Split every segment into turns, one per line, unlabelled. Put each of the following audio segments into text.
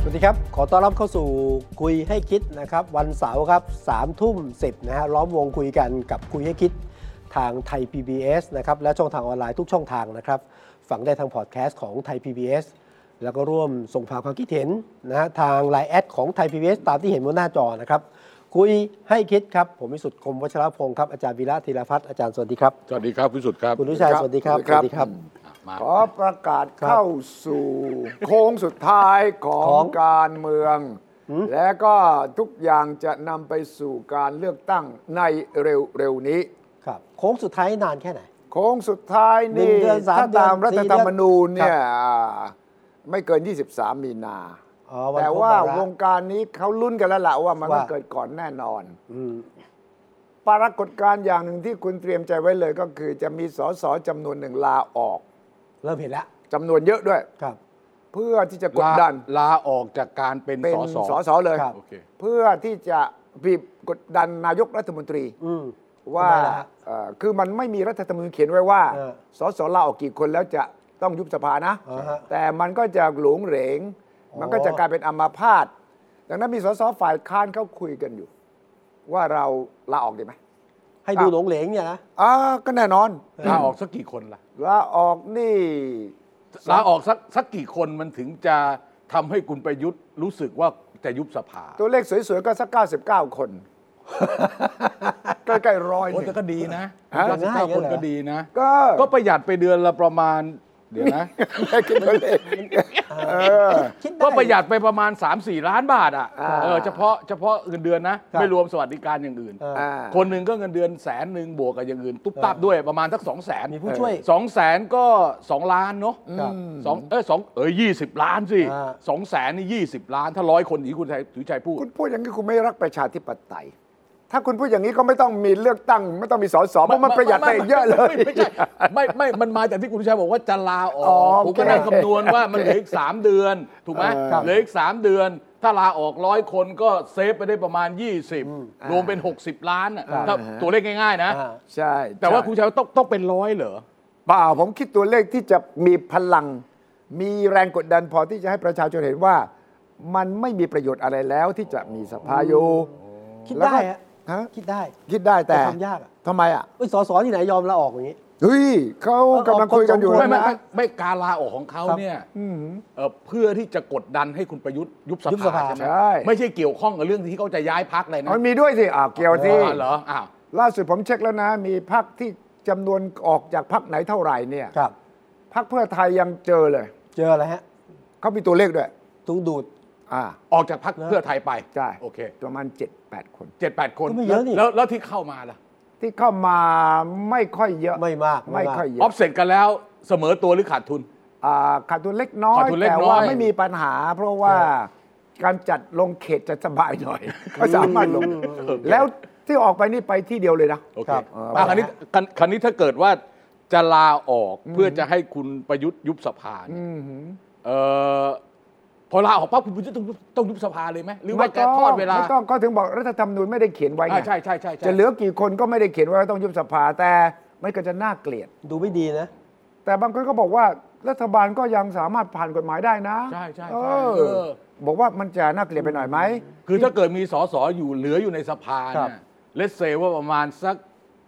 สวัสดีครับ ขอต้อนรับเข้าสู่คุยให้คิดนะครับ วันเสาร์ครับสามทุ่มสิบนะฮะล้อมวงคุยกันกับคุยให้คิดทางไทย PBS นะครับ และช่องทางออนไลน์ทุกช่องทางนะครับ ฟังได้ทางพอดแคสต์ของไทย PBS แล้วก็ร่วมส่งผ่านความคิดเห็นนะฮะทางไลน์แอดของไทย PBS ตามที่เห็นบนหน้าจอนะครับ คุยให้คิดครับ ผมวิสุทธิ์คมวัชรพงศ์ครับ อาจารย์วีระธีรพัฒน์อาจารย์สวัสดีครับ
สวัสดีครับพิสุทธิ์ครับ
คุณวิชัยสวัสดีครับ
สวัสดีครับ
อ่ะมา
ขอประกาศเข้าสู่ โค้งสุดท้ายของ
ของ
การเมือง และก็ทุกอย่างจะนำไปสู่การเลือกตั้งในเร็วๆนี้
ครับโค้งสุดท้ายนานแค่ไหน
โค้งสุดท้าย
หนึ่
นี่
งเดือนสาม
ถ้า
เดือน
ตามรั
สี่
ฐ
เดือน
ธรรมนูญเนี่ย
ค
ไม่เกิน 23 มีนา
อ๋อวัน
แต่
ครบ
ว่าว
าระ
วงการนี้เขาลุ้นกันแล้วล่ะว่ามัน
ว่า
ต้องเกิดก่อนแน่นอน
อืม
ปรากฏการณ์อย่างหนึ่งที่คุณเตรียมใจไว้เลยก็คือจะมีสสจำนวนหนึ่งลาออก
เริ่มเห็นแล้ว
จำนวนเยอะด้วย
ครับ
เพื่อที่จะกดดัน
ลาลาออกจากการเป็น
เป็น
สส
สสเลย
ครับ
โอเค
เพื่อที่จะบีบกดดันนายกรัฐมนตรี
อืม
ว่า
ทำไมล่ะ
เอ่อคือมันไม่มีรัฐธรรมนูญเขียนไว้ว่า
เออ
สสลาออกกี่คนแล้วจะต้องยุบสภานะ
อ่าฮะ
แต่มันก็จะหลงเหรง
อ๋อ
มันก็จะกลายเป็นอัมาพาตดังนั้นมีสสฝ่ายค้านเขาคุยกันอยู่ ว่าเราลาออกดีไหม
ให้ดูหลงเหลงเนี่ยนะ
อ่าก็แน่นอน
ลาออกสักกี่คนล่ะ
ลาออกนี่
ลาออกสักสักกี่คนมันถึงจะทำให้คุณประยุทธ์รู้สึกว่าจะยุบสภา
ตัวเลขสวยๆก็สัก 99 คน ใกล้ๆร้อยห
โอ้
นึ่ง
แต่ก็ดีนะ
ฮะ
เก้าสิบเก้า
ง่ายๆ
คน
เหรอ
ก็ดีนะ
ก็
ก็ประหยัดไปเดือนละประมาณ เดี๋ยวนะ
ไม่คิดตัวเลขเออ
คิดไ
ก็ประหยัดไปประมาณ 3-4 ล้านบาทอ่ะ
อ่า
เออเฉพาะเฉพาะเงินเดือนนะ
ครับ
ไม่รวมสวัสดิการอย่างอื่น
เออ
อ่า
คนหนึ่งก็เงินเดือนแสนหนึ่งบวกกับอย่างอื่น ตุ๊บตับด้วยประมาณสักสองแสน
มีผู้ช่วย
สองแสนก็สองล้านเนาะ
ครับ
สองเอ้ยสองเอ้ยยี่สิบล้านสิ
อ่า
สองแสนนี่ยี่สิบล้าน ถ้าร้อยคนอย่างที่คุณชัยถือชัยพูด
คุณพูดอย่างนี้คุณไม่รักประชาธิปไตย ถ้าคุณพูดอย่างนี้ก็ไม่ต้องมีเลือกตั้ง ไม่ต้องมีสสเพราะมันประหยัดไปอีกเยอะเลย
ไม่ไม่ใช่ไม่ไม่มันมาจากที่คุณชัยบอกว่าจะลาออ
อ๋อก โอเค
ผมก็ได้คำนวณว่ามันเหลืออีกสามเดือน ถูกไหม
เออครับ
เหลืออีกสามเดือน ถ้าลาออกร้อยคนก็เซฟไปได้ประมาณ 20 รวมเป็น 60 ล้านน่ะถ้า
อ่า
ตัวเลขง่ายๆนะ
อ่า
ใช่
แต่ว่าคุณชัยต้องต้องเป็นร้อยเหรอ
เปล่าผมคิดตัวเลขที่จะมีพลัง มีแรงกดดันพอที่จะให้ประชาชนเห็นว่า มันไม่มีประโยชน์อะไรแล้วที่จะมีสภาอยู่
คิด
แล้ว
ได้
ก็
ฮะ
ฮะ
คิดได้
คิดได้แต่
แต่ทำยากอะ
ทำไมอ่ะ
เอ้ยสอสอที่ไหนยอมลาออกอย่างนี้
เฮ้ยเขากำลังคุยกันอยู่
ไม่ไม่
นะ
ไม่ไม่การลาออกของเขาเนี่ยเอ่อเพื่อที่จะกดดันให้คุณประยุทธ์ยุบส
ยุบสภา
ภาใช่ไหม
ใช่
ไม่ใช่เกี่ยวข้องกับเรื่องที่เขาจะย้ายพักเลยนะ
มันมีด้วยสิอ่าวเกี่ยวสิ
อ๋อเหรออ้าว
ล่าสุดผมเช็คแล้วนะ มีพักที่จำนวนออกจากพักไหนเท่าไหร่เนี่ย
ครับ
พักเพื่อไทยยังเจอเลย
เจออะไรฮะ
เขามีตัวเลขด้วย
ถูกดูด
อ่า
ออกจากพักเพื่อไทยไป
ใช่
โอเค
ประมาณ 7 8 คน
เจ็ดแปดคน
ก็ไม่เยอะนี่
แล้วแล้วที่เข้ามาล่ะ
ที่เข้ามาไม่ค่อยเยอะ
ไม่มากไม่
ไม่
มาก
ค่อยเย
ออ
อะ
ฟเซ็ตกันแล้วเสมอตัวหรือขาดทุน
อ่าขาดทุนเล็กน้อย
ขาดทุนเล็ก
แต่
น้อย
ว่าไม่มีปัญหา เพราะว่าการจัดลงเขตจะสบาย หน่อยก็สามารถลง แล้วที่ออกไปนี่ไปที่เดียวเลยนะ
โอเค
ครับ
อ่ะคราวนี้คราวคราวนี้ถ้าเกิดว่าจะลาออกเพื่อจะให้คุณประยุทธ์ยุบสภาเนี่ยเอ่อพอลาออกปั๊บคุณประยุทธ์ต้องยุบต้องยุบสภาเลยไหมหรือว่าจะทอดเวลา
ไม่ต้องก็ถึงบอกรัฐธรรมนูญไม่ได้เขียนไว้ไง
อ่าใช่ใช่ใช่ใช่
จะเหลือกี่คนก็ไม่ได้เขียนไว้ว่าต้องยุบสภาแต่มันก็จะน่าเกลียด
ดูไม่ดีนะ
แต่บางคนก็บอกว่ารัฐบาลก็ยังสามารถผ่านกฎหมายได้นะ
ใช่ใช่ใช่
เอ
เอ
อ
อ
บอกว่ามันจะน่าเกลียดไปหน่อยไหม
คือถ้าเกิดมีสสอยู่เหลืออยู่ในสภา
ครับ
เนี่ยเลสเซว่าประมาณสัก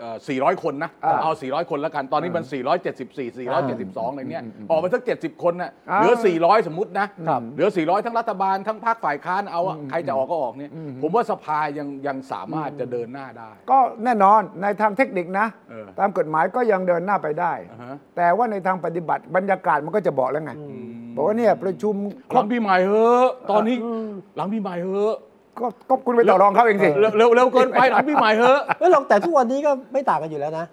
เอ่อ400 คนนะ
อ่า
เอา 400 คนแล้วกัน ตอนนี้มัน 474 472 อะไรเนี่ย ออกมาสัก 70 คนน่ะ
อ่า
เหลือ 400 สมมตินะ
ครับ
เหลือ 400 ทั้งรัฐบาล ทั้งภาคฝ่ายค้าน เอาอะใครจะออกก็ออกเนี่ย ผมว่าสภายังยังสามารถจะเดินหน้าได้
ก็แน่นอนในทางเทคนิคนะ
เออ
ตามกฎหมายก็ยังเดินหน้าไปได้
อ่าฮะ
แต่ว่าในทางปฏิบัติบรรยากาศมันก็จะบอกแล้วไงบอกว่าเนี่ยประชุมค
ห
ร
ลั
บ
งปีใหม่เฮ้อะตอนนี้หลังปีใหม่เฮ้อะ
ก็ก็คุณไปต่อรองเขาเองสิ
เร็วเร็วเร็วเกินไปหลังปีใหม่เฮ้อะ
ไม่หรอกแต่ทุกวันนี้ก็ไม่ต่างกันอยู่แล้วนะ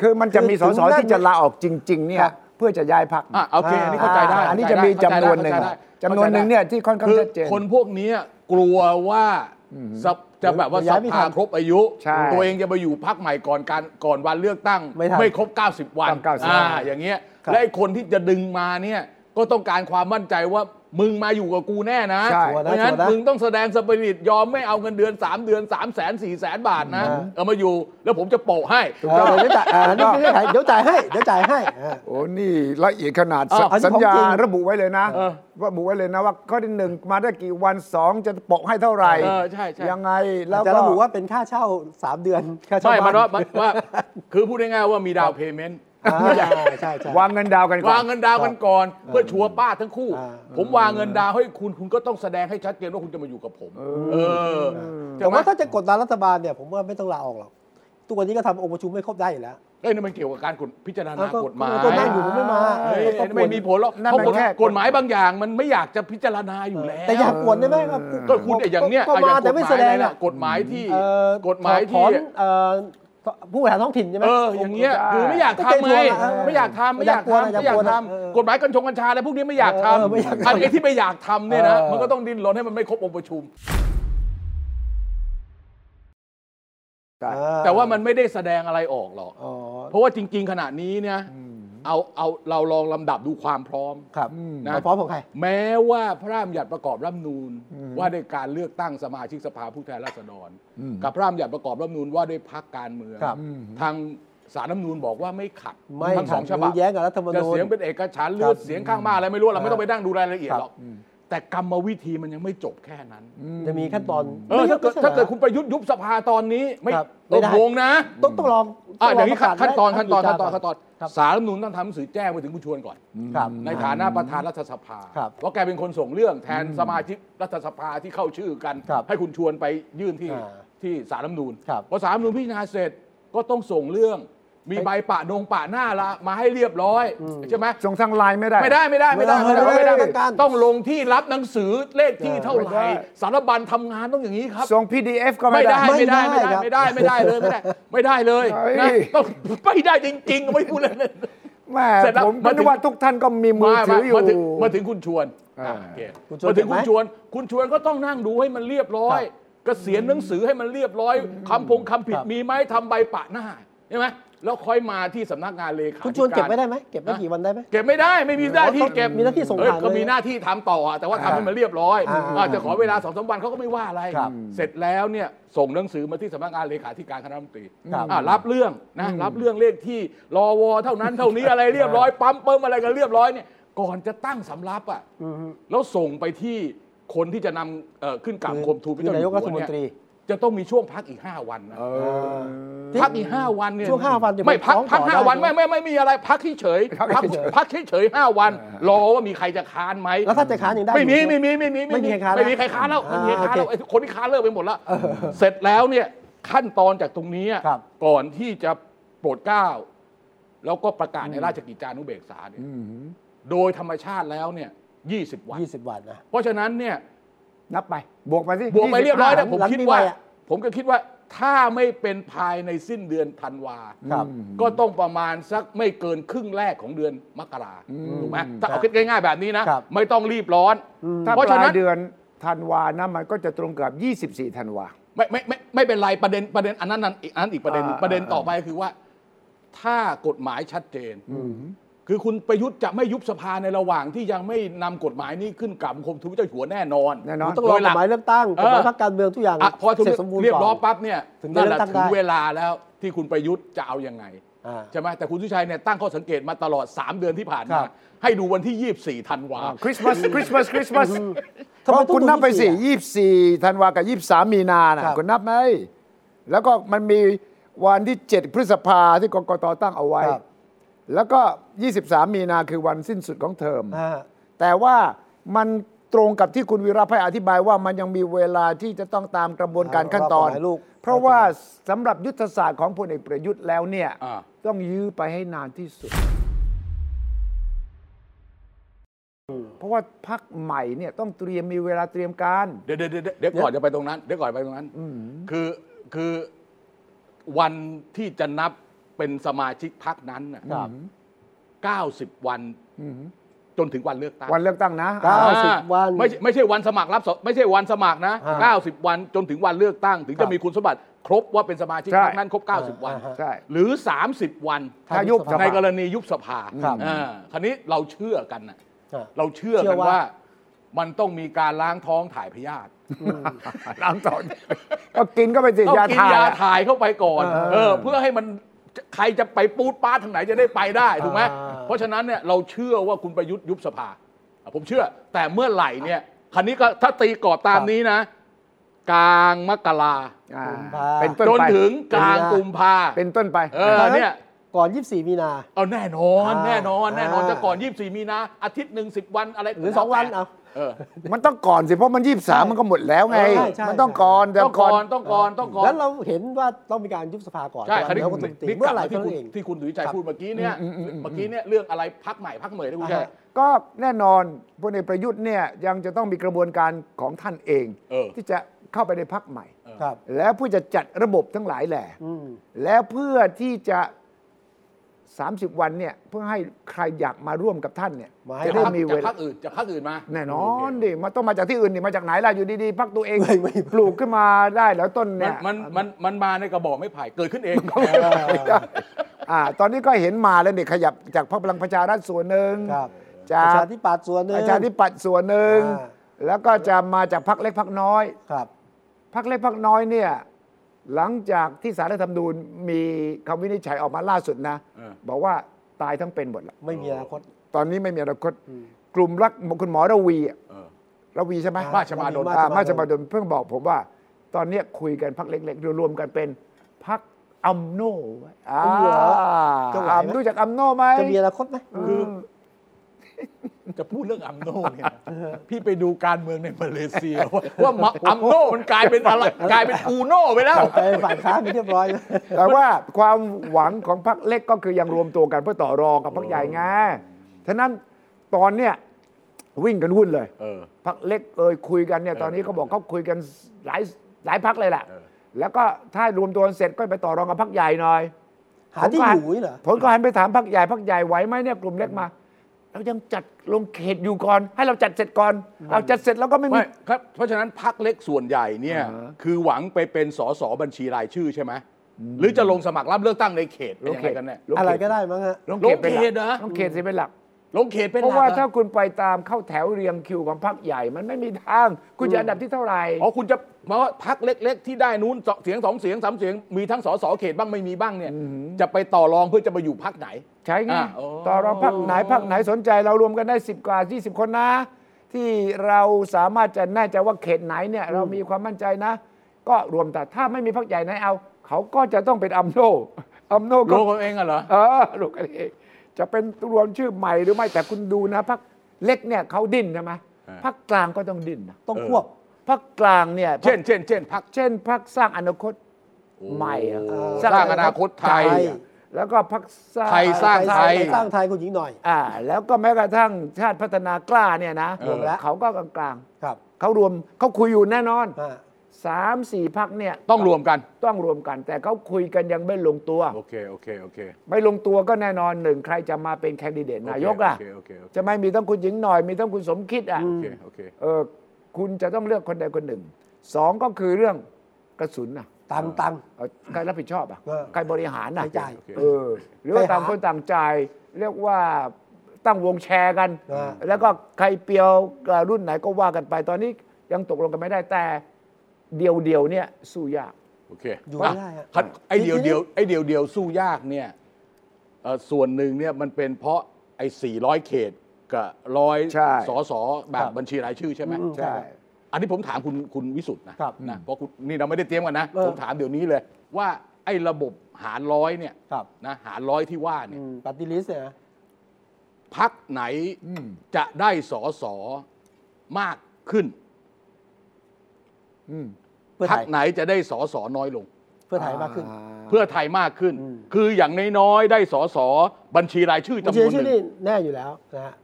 คือมันจะมีส
คือ
ส
ถึงนั่น
ที่จะลาออกจริง ๆ เนี่ย
ครับ
เพื่อจะย้ายพรรค
อ่ะโอเคอันนี้เข้าใจได้
อ่าอันนี้
เข้า
จะมี
ได้
จำนวนหนึ่ง
เข้าใจได้
จำนวนหนึ่งเนี่ยที่ค่อนข้าง
อ
ชัดเจน
คนพวกเนี้ย กลัวว่าสภจะแบบว่าส
ย้ายไม่ทั
ภานครบอายุ
ใช่
ตัวเองจะไปอยู่พักใหม่ก่อนการก่อนวันเลือกตั้ง
ไม่ทัน
ครบ 90 วัน
ตาม90
อ่า
วัน
อย่างเงี้ย
ครับ
และไอ้คนที่จะดึงมาเนี่ยก็ต้องการความมั่นใจว่ามึงมาอยู่กับกูแน่นะ
ใช่
ชัวร์นะ
เพราะ
ชั
งั้
วน ร์นะ
มึงต้องแสดงสปิริตยอมไม่เอาเงินเดือน 3 เดือน3ามแสนสี่แสนบาทนะ
อ่า
เอามาอยู่แล้วผมจะโปะให้
เออเดี๋ยวจ่ายอ่านี่ไม่ได้จ่ายเดี๋ยวจ่ายให้เดี๋ยวจ่ายให้อ่า
โอ้นี่ละเอียดขนาด
อ้าว
อันนี้
สัญสัญญา
ของจริง
ระบุไว้เลยนะ
เออ
ระบุไว้เลยนะว่าข้อที่หนึ่งมาได้กี่วันสองจะโปะให้เท่าไหร่
เออใช่ใช่
ยังไงแล้
อาว จจะ
ก็
ระบุว่าเป็นค่าเช่า 3 เดือนค่าเช่า
ใช่มันว่า
บ้าน
มันว่า คือพูดง่ายๆว่ามีดาวเพย์เมนต์
อ่าใช่ใช่ใช่
วางเงินดาวกันก่อน
วางเงินดาวกันก่อน เพื่อชัวร์ป้าทั้งคู่
อ่า
ผมวางเงินดาวให้คุณคุณก็ต้องแสดงให้ชัดเจนว่าคุณจะมาอยู่กับผม เออ
แต่
แต่
ว่า
ว่า
ถ้าจะกดดันรัฐบาลเนี่ยผมว่าไม่ต้องลาออกหรอกตัวนี้ก็ทำองค์ประชุมไม่ครบได้อยู่แล้ว
ไอ้ยนี่มันเกี่ยวกับการกฎพิจารณากฎหมาย
ก็นั่งอยู่ผมไม่มา
เอ้ย
ก็
ไม่มีผลหรอก
นั่น
เพราะ
มั
กฎ
นแค่
กฎหมายบางอย่างมันไม่อยากจะพิจารณาอยู่แล้ว
แต่อยากกวนได้ไหมครับ
ก็คุณเนี่ยอย่างเนี้ย
ก็มาแต่ไม่แสดงอะ
กฎหมายที่
เอ่อก
ฎหมายที่
ถอนเอ่อผู้บริหารท้องถิ่นใช่ไหม
เอออย่างเงี้ย
ใช่
คือไม่อยาก
ก็เกรงก
ทำ
ลั
ไง
วนะเออ
ไม่อยากทำไม่อยา
อยา
ก
กกลัวนะ
ทำไม่อ
อ
ยาก
ยากกลัวนะ
ท
เออ
ำกฎหมายกัญชงกัญชาอะไรพวกนี้ไม่อยากทำ
เออไม่อยากทำ
อันไอ้ที่ไม่อยากทำเนี่ยนะ
เออ
มันก็ต้องดิ้นรนให้มันไม่ครบองค์ประชุม
ใช่
เออ
แต่ว่ามันไม่ได้แสดงอะไรออกหรอก
อ๋อ
เพราะว่าจริง ๆ ขณะนี้เนี่ยเอาเอาเราลองลำดับดูความพร้อม
ครับ
นะ
พร้อมของใคร
แม้ว่าพระราชบัญญัติประกอบรัฐธรรมนูญว่าด้วยการเลือกตั้งสมาชิกสภาผู้แทนราษฎร กับพระราชบัญญัติประกอบรัฐธรรมนูญว่าด้วยพรรคการเมือง
ครับ
ทางสารรัฐธรรมนูญบอกว่าไม่ขัด
ไม่
ทั้งส
ขั
อ
ด
ง
ห
ฉบั
รื
บ
อแย้งกับรัฐธรรม
จะ
นูญ
เสียงเป็นเอกฉันท์หรื
ครั
อบ เสียงข้างมากอะไรไม่รู้เราไม่ต้อง
เอ
ไป
อ
นั่งดูรายละเอียด
ครับ
หรอกแต่กรรมวิธีมันยังไม่จบแค่นั้น
จะมีขั้นตอน
เออถ้าเกิด
ไม่ใช่
ถ้าเกิด
หรอ
คุณประยุทธ์ยุบสภาตอนนี้ไม่
ครับไม่
ตก
ได้
วงนะ
ต้องต้องลอง
อ่ะ
ต้
อย่าง
ล
นี้
ประกศ
ขั้นตอน
ให้
ขั้นตอนขั้นตอน
ให้
ขั้นตอน
ครับ
สารรัฐธรรมนูญต้องทำหนังสือแจ้งไปถึงผู้ชวนก่อน
ครับ
ในฐานะประธานรัฐสภา
ครับ
ว่าแกเป็นคนส่งเรื่องแทนสมาชิกรัฐสภาที่เข้าชื่อกัน
ครับ
ให้คุณชวนไปยื่นที่
อ่า
ที่สารรัฐธรรมนูญ
ครับ
พอสารรัฐธรรมนูญพิจารณาเสร็จก็ต้องส่งเรื่อง มีใบปะนงปะหน้าละมาให้เรียบร้อยใช่ไหม
ส่งทางไลน์ไม่ได้
ไม่ได้ไม่ได้ไม่ได้
ไม่ได้
ไม่ได้
ไม่
ไม่
ได้
ได้ ต้องลงที่รับหนังสือเลขที่เท่าไห
ไม่
ร่
ได้
สารบัญทำงานต้องอย่างนี้ครับ
ส่ง PDF ก็ไม่
ไม่
ได้
ได้ไม่ได้ไม่ได้
ไม่
ไม่
ได้
ได้ไม่ได้เลยไม่ได้ไม่ได้เลย
เฮ้
นะ
ย
ต้องไม่ได้จริงๆไม่พูดเลย
แม่
เสร็จแล้ว
ผม
มา
ก็
ถึง
นึกว่าทุกท่านก็มีมือถืออยู่
มาถึงมาถึงคุณชวน
อ่า
โอเค
คุณชวน
มาถึง
เก็บไหม
คุณชวน คุณชวนก็ต้องนั่งดูให้มันเรียบร้อยเกษียณหนังสือให้มันเรียบร้อยคำพงคำผิด
ครับ
มีไหมทำใบปะหน้าใช่ไหมแล้วค่อยมาที่สำนักงานเลขา
คุณชวน
ธิาร
เก็บไว้ได้ไหมเก็บไม่กี่วันได้ไหม
เก็บไม่ได้ไม่มีหน้าที่เก็บ
มีหน้าที่ส่ง
เอ้ย
ผ่าน
ก็
เลย
มีหน้าที่ทำต่ออะแต่ว่าทำให้มันเรียบร้อย
อ่า
อาจจะขอเวลาสองสามวันเขาก็ไม่ว่าอะไร
ครับ
เสร็จแล้วเนี่ยส่งหนังสือมาที่สำนักงานเลขาธิการคณะรัฐมนตรี
ครับ
อ่ารับเรื่องนะรับเรื่องเลขที่รอวอเท่านั้นเท่านี้อะไรเรียบร้อยปั๊มเปิมอะไรกันเรียบร้อยเนี่ยก่อนจะตั้งสำรับอ่ะ
อือฮึ
แล้วส่งไปที่คนที่จะนำเอ่อขึ้นกราบคมทูลพระ
คื
เจ้าอ
อา
น
ย
ยู่
ก
หั
รัฐ
ว
มน
เนี่ย
ตรี
จะต้องมีช่วงพักอีก 5 วันนะ
เออ
อ
พักอีก 5 วันเนี่ย
ช่วงห้าวันเดี๋ยว
ไม่พัก
ฟ้อง
พัก
ต่อ
ห้า
ด้
วันไม่
ใช่ห
ไม่ไม่มีอะไรพักเฉยๆพักพักเฉยๆห้าวัน รอว่ามีใครจะค้านไหม
แล้วถ้าจะค้านยังได้
ไม่มี
อยู่ใช่ห
ไม่มีไม่มี
ไม่มีใครค้าน
ไม่มีใครค้านแล้วไม่
อ่า
มีใครค้านแล้ว
โอเค
ไอ้คนที่ค้านเลิกไปหมดแล้วเสร็จแล้วเนี่ยขั้นตอนจากตรงนี้อะ
ครับ
ก่อนที่จะโปรดเกล้าแล้วก็ประกาศในราชกิจจานุเบกษาเนี่ยโดยธรรมชาติแล้วเนี่ย20 วัน
ยี่สิบวันนะ
เพราะฉะนั้นเนี่ย
นับไป บวกไปสิ
บวกไปเรียบร้อยแล้ว
หลั
ผ
ง
ม
หลัง
คิด
ปี
ว่า
ใหม่อะ
ผมก็คิดว่าถ้าไม่เป็นภายในสิ้นเดือนธันวา
ครับ
ก็ต้องประมาณสักไม่เกินครึ่งแรกของเดือนมกราถูกไหมถ้าเอาคิดง่ายๆแบบนี้นะ
ครับ
ไม่ต้องรีบร้อน
ถ้า
เพราะ
ป
ฉะ
ลา
นั้
ย
น
เดือนธันวานะมันก็จะตรงกับ 24ธันวา
ไม่ไม่ไม่ไม่เป็นไรประเด็นประเด็นอันนั้นอันอีกอันอีกประเด็นหนึ่ง
อ่า
ประเด็นต่อไปคือว่า ถ้ากฎหมายชัดเจนคือคุณประยุทธ์จะไม่ยุบสภาในระหว่างที่ยังไม่นำกฎหมายนี้ขึ้นกลับคมทูตเจ้าหัวแน่นอน
แน่นอน
ต้องรอก
โดยหลั
ฎ
ก
หมายเลือกตั้งกฎหมายพรรคการเมืองทุกอย่าง
อ่ะพอถึง
เสร็จสมบูรณ์
เรียบร้อย
ก่น
ปั๊บเนี่ย
ถึงจะ
นั่นแหละ
เลือกตั้ง
ถึง
ได้
เวลาแล้วที่คุณประยุทธ์จะเอายังไง
อ่า
ใช่ไหมแต่คุณสุชัยเนี่ยตั้งข้อสังเกตมาตลอด 3 เดือนที่ผ่าน
ครั
มา
บ
ให้ดูวันที่ 24ธันวา
คริสต์มาสคริสต์มาสคริสต์มาส
ทำไม
เพราะ
ต้อง
คุณนับไปสิ
24
ยี่สิบสี่ธันวากับยี่สิบสามมีนาน่ะ
ครับ
คุณนับไหมแล้วก็มันมีวันที่เจ็ดพฤษภาที่กกตตั้งเอาไว้
ครับ
แล้วก็ยี่สิบสามมีนาคือวันสิ้นสุดของเทอม
อ่า
แต่ว่ามันตรงกับที่คุณวีระพายอธิบายว่ามันยังมีเวลาที่จะต้องตามกระบวนการขั้นตอน
รอก่อนให้ลูก
เพราะว่าสำหรับยุทธศาสตร์ของพลเอกประยุทธ์แล้วเนี่ย
อ่า
ต้องยื้อไปให้นานที่สุด เพราะว่าพักใหม่เนี่ยต้องเตรียมมีเวลาเตรียมการ
เดี๋ยวเดี๋ยวเดี๋ยวเดี๋ยวก่อนจะไปตรงนั้นเดี๋ยวก่อนไปตรงนั้นคือคือวันที่จะนับเป็นสมาชิกพักนั้นน่ะ
ครับ
90 วันจ จนถึงวันเลือกตั้ง
วันเลือกตั้งนะ
ครับ
อ่า
90วัน
ไม่ใช่ไม่ใช่วันสมัครรับสไม่ใช่วันสมัครนะ
อ่า
90 วันจนถึงวันเลือกตั้ง ถึง
ครั
จะ
บ
มีคุณสมบัติ ครบว่าเป็นสมาชิก
ใช่
พรรคนั้นครบ 90 วัน
อ่าฮะ
ใช่
หรือ 30 วัน
ถ้ายุบส
ใน
ภา
กรณียุบสภา
ครับ
อ่าคราวนี้เราเชื่อกันนะ
อ่า
เราเชื่อ
เชื่
กัน
อว่า
ว่ามันต้องมีการล้างท้องถ่ายพยาธิ
ล้างต่อก็กินก็ไปสิ
ต้อง
ยา
กิน
ทาย
า
อะ
ถ่ายเข้าไปก่อน
เออ
เออเพื่อให้มันใครจะไปปูดป้าดทางไหนจะได้ไปได้ถูกไหม
อ่า
เพราะฉะนั้นเนี่ยเราเชื่อว่าคุณประยุทธ์ยุบสภาอ่ะผมเชื่อ แต่เมื่อไหร่เนี่ยคันนี้ก็ถ้าตีกรอบตามนี้นะ กลางมกรา
อ่า
กุมภา
เป็นต้
จน
นไป
ถึงกลางกุมภา
เป็นต้นไป
เออเนี่ย
ก่อน 24 มีนา
เอาแน่นอน
อ่า
แน่นอนแน่นอน
อ่า
จะก่อน 24 มีนาอาทิตย์หนึ่งสิบวันอะไร
หรือ 2 วันเอา
เออ
มันต้องก่อนสิ เพราะมันยี่สามมันก็หมดแล้วไง
ใช่ใช่
มันต้องก่อนแต่
ต้องก่
ก่อ
อน นต้องก่อนต้องก่อน
แล้วเราเห็นว่าต้องมีการยุบสภาก่อน
ใช่คราว
แล้
นี้
วก็ต้องตี
นี่ก
เมื่อ
ลั
บไหร่
มาที่
เท่านั้
คุณ
นเอง
ที่คุณสุวิชัยพูดเมื่อกี้เนี่ยเมื่อกี้เนี่ยเรื่องอะไรพักใหม่พักใหม่นะคุณ
อ่า
ชัย
ฮะ
ก็แน่นอนพลเอกประยุทธ์เนี่ยยังจะต้องมีกระบวนการของท่านเอง
เออ
ที่จะเข้าไปในพักใหม่
ครับ
แล้วเพื่อจะจัดระบบทั้งหลายแหล่
อืม
แล้วเพื่อที่จะ 30 วันเนี่ยเพื่อให้ใครอยากมาร่วมกับท่านเนี่ย
มาให้
จะ
จะ
ได้
พัก
มีเว
จะ
ลา
พักอื่นจะพักอื่นมา
แน่นอนดิมันต้องมาจากที่อื่นดิมาจากไหนล่ะอยู่ดีๆพักตัวเอง
ไม่ไม่
ปลูกขึ้นมาได้แล้วต้น
มั
เนี่
น
ย
มันมันมันมาในกระบอกไม้ไผ่เกิดขึ้นเอง
อ่าตอนนี้ก็เห็นมาแล้วเนี่ยขยับจากพรรคพลังประชารัฐส่วนหนึ่ง
ครับป
จาก
ระชาธิปัตย์ส่วนหนึ่ง
ประชาธิปัตย์ส่วนหนึ่ง
อ่า
แล้วก็จะมาจากพรรคเล็กพรรคน้อย
ครับ
พรรคเล็กพรรคน้อยเนี่ยหลังจากที่สารรัฐธรรมนูญมีคำวินิจฉัยออกมาล่าสุดนะ
เออ
บอกว่าตายทั้งเป็นหมดละ
ไม่มีอนาคต
ตอนนี้ไม่มีอนาคต
อืม
กลุ่มรักคุณหมอระวีอะ
เออ
ระวีใช่ไหม
ราชมาดล
อ่มาชมาดลเพิ่งบอกผมว่า ตอนเนี้ยคุยกันพรรคเล็กๆรวมๆกันเป็นพรรคอัมโนไว้อ่า
เหรอจะไหวไหม
อ่ารู้จักอัมโนไหม
จะมีอนาคตไหม
คือจะพูดเรื่องอัมโนเนี่ยนะพี่ไปดูการเมืองในมาเลเซีย ว่าว่ามาอัมโนมันกลายเป็นอะไรกลายเป็นอูโนไปแล้ว
ไปฝ่ายค้านไปเรียบ ร้อยแล้ว
แต่ว่าความหวังของพรรคเล็กก็คือยังรวมตัวกันเพื่อต่อรองกับพรรคใหญ่ไงฉะนั้นตอนเนี้ยวิ่งกันวุ่นเลย
เออ
พรรคเล็กเอ่ยคุยกันเนี่ยตอนนี้เขาบอกเขาคุยกันหลายหลายพรรคเลยแหละ
เออ
แล้วก็ถ้ารวมตัวกันเสร็จก็ไปต่อรองกับพรรคใหญ่หน่อย
หาที่อยู่นี่เหรอ
ผมก็หันไปถามพรรคใหญ่พรรคใหญ่ไหวไหมเนี่ยกลุ่มเล็กมาเรายังจัดลงเขตอยู่ก่อน ให้เราจัดเสร็จก่อนเอาจัดเสร็จแล้วก็ไม่มี
ไม่ครับเพราะฉะนั้นพักเล็กส่วนใหญ่เนี่ย
อ่าฮะ
คือหวังไปเป็นสสบัญชีรายชื่อใช่ไหมหรือจะลงสมัครรับเลือกตั้งในเขตเป็นยังไงกันเนี่ย
ลงเขต
อะไรก็ได้มั้งฮะ
ลงเขตเป็นหลั
ลงเขตเหรอ
กลงเขตสิเป็นหลัก
ลงเขตเป็นห
เพ
ลัก
ราะว่า
หอ
ถ้าคุณไปตามเข้าแถวเรียงคิวของพรรคใหญ่ มันไม่มีทาง คุณจะอันดับที่เท่าไหร่
อ๋อคุณจะมาว่าพักเล็ก ๆ ที่ได้นู้นสองเสียงสองเสียงสามเสียงมีทั้งสสเขตบ้างไม่มีบ้างเนี่ยจะไปต่อรองเพื่อจะไปอยู่พักไหน
ใช่ไง
อ่ะอ๋อ
ต่อรองพรรคไหนพรรคไหนสนใจเรารวมกันได้ 10 กว่า 20 คนนะ ที่เราสามารถจะแน่ใจว่าเขตไหนเนี่ยเรามีความมั่นใจนะ ก็รวมแต่ถ้าไม่มีพรรคใหญ่ไหนเอา เขาก็จะต้องเป็นอัมโน อัมโนก็
โลกเอาเองอะเหรอ
เออลูกกันเองจะเป็นรวมชื่อใหม่หรือไม่แต่คุณดูนะพรรคเล็กเนี่ยเขาดิ้นใช่ไหมพรรคกลางก็ต้องดิ้นนะ
ต้องควบ
พรรคกลางเนี่ย
เช่นเช่นเช่นพัก
เช่นพักสร้างอนาคตใหม่อะ
โอ้
สร้างอนาคตไทย
ไทย
แล้วก็พักสร้าง
ไทยสร้างไทย
สร้างไทยคุณหญิงหน่อย
อ่าแล้วก็แม้กระทั่งชาติพัฒนากล้าเนี่ยนะ
รวมแล้ว
เขาก็กลาง
ครับ
ๆเขารวมเขาคุยอยู่แน่นอน
อ่า
สามสี่พักเนี่ย
ต้องรวมกัน
ต้องรวมกัน แต่เขาคุยกันยังไม่ลงตัว
โอเค โอเค โอเค
ไม่ลงตัวก็แน่นอนหนึ่งใครจะมาเป็นแคนดิเดตนายกล่ะ
โอเคโอเคโอเค
จะไม่มีต้องคุณหญิงหน่อยมีต้องคุณสมคิดอ่ะ
โอเคโอเค
เออคุณจะต้องเลือกคนใดคนหนึ่งสองก็คือเรื่องกระสุนอ่ะ
ตังตัง
เอ่อใครรับผิดชอบอ่ะ
เออ
ใครบริหารอ่ะ
ใครจ่าย
เออหรือว่า
ใครหา
ต่างคนต่างจ่ายเรียกว่าตั้งวงแชร์กัน
เออ
แล้วก็ใครเปียวกับรุ่นไหนก็ว่ากันไป ตอนนี้ยังตกลงกันไม่ได้แต่เดียวเดียวๆเนี่ยสู้ยาก
โอเค
อยู่ไม่ได้ฮะ
อ่ะไอ้เดียว
ทีนี้
เดียวไอ้เดียวเดียวสู้ยากเนี่ยเอ่อส่วนหนึ่งเนี่ยมันเป็นเพราะไอ้400 เขตกับร้อย
ใช่
สสแบบบัญชีรายชื่อใช่ไหม
ใช่
อันนี้ผมถามคุณคุณวิสุทธ์นะครับ นะเพราะคุณนี่เราไม่ได้เตรียมกันนะ
เออ
ผมถามเดี๋ยวนี้เลย ว่าไอ้ระบบหารร้อยเนี่ย
ครับ
นะหารร้อยที่ว่าเนี่ย
ปฏิลิสเนี่ยนะ
พักไหนจะได้สอสอมากขึ้น
เพื่อ
พั
ไทย
ไหนจะได้สอสอน้อยลง
เพื่อไทยมากขึ้น
เพื่อไทยมากขึ้น คืออย่างน้อยๆได้สอสอบัญชีรายชื่อ
บัญ
จำน
ชี
วนห
ชื่อ
นึ่
นี่
ง
แน่อยู่แล้วนะฮะ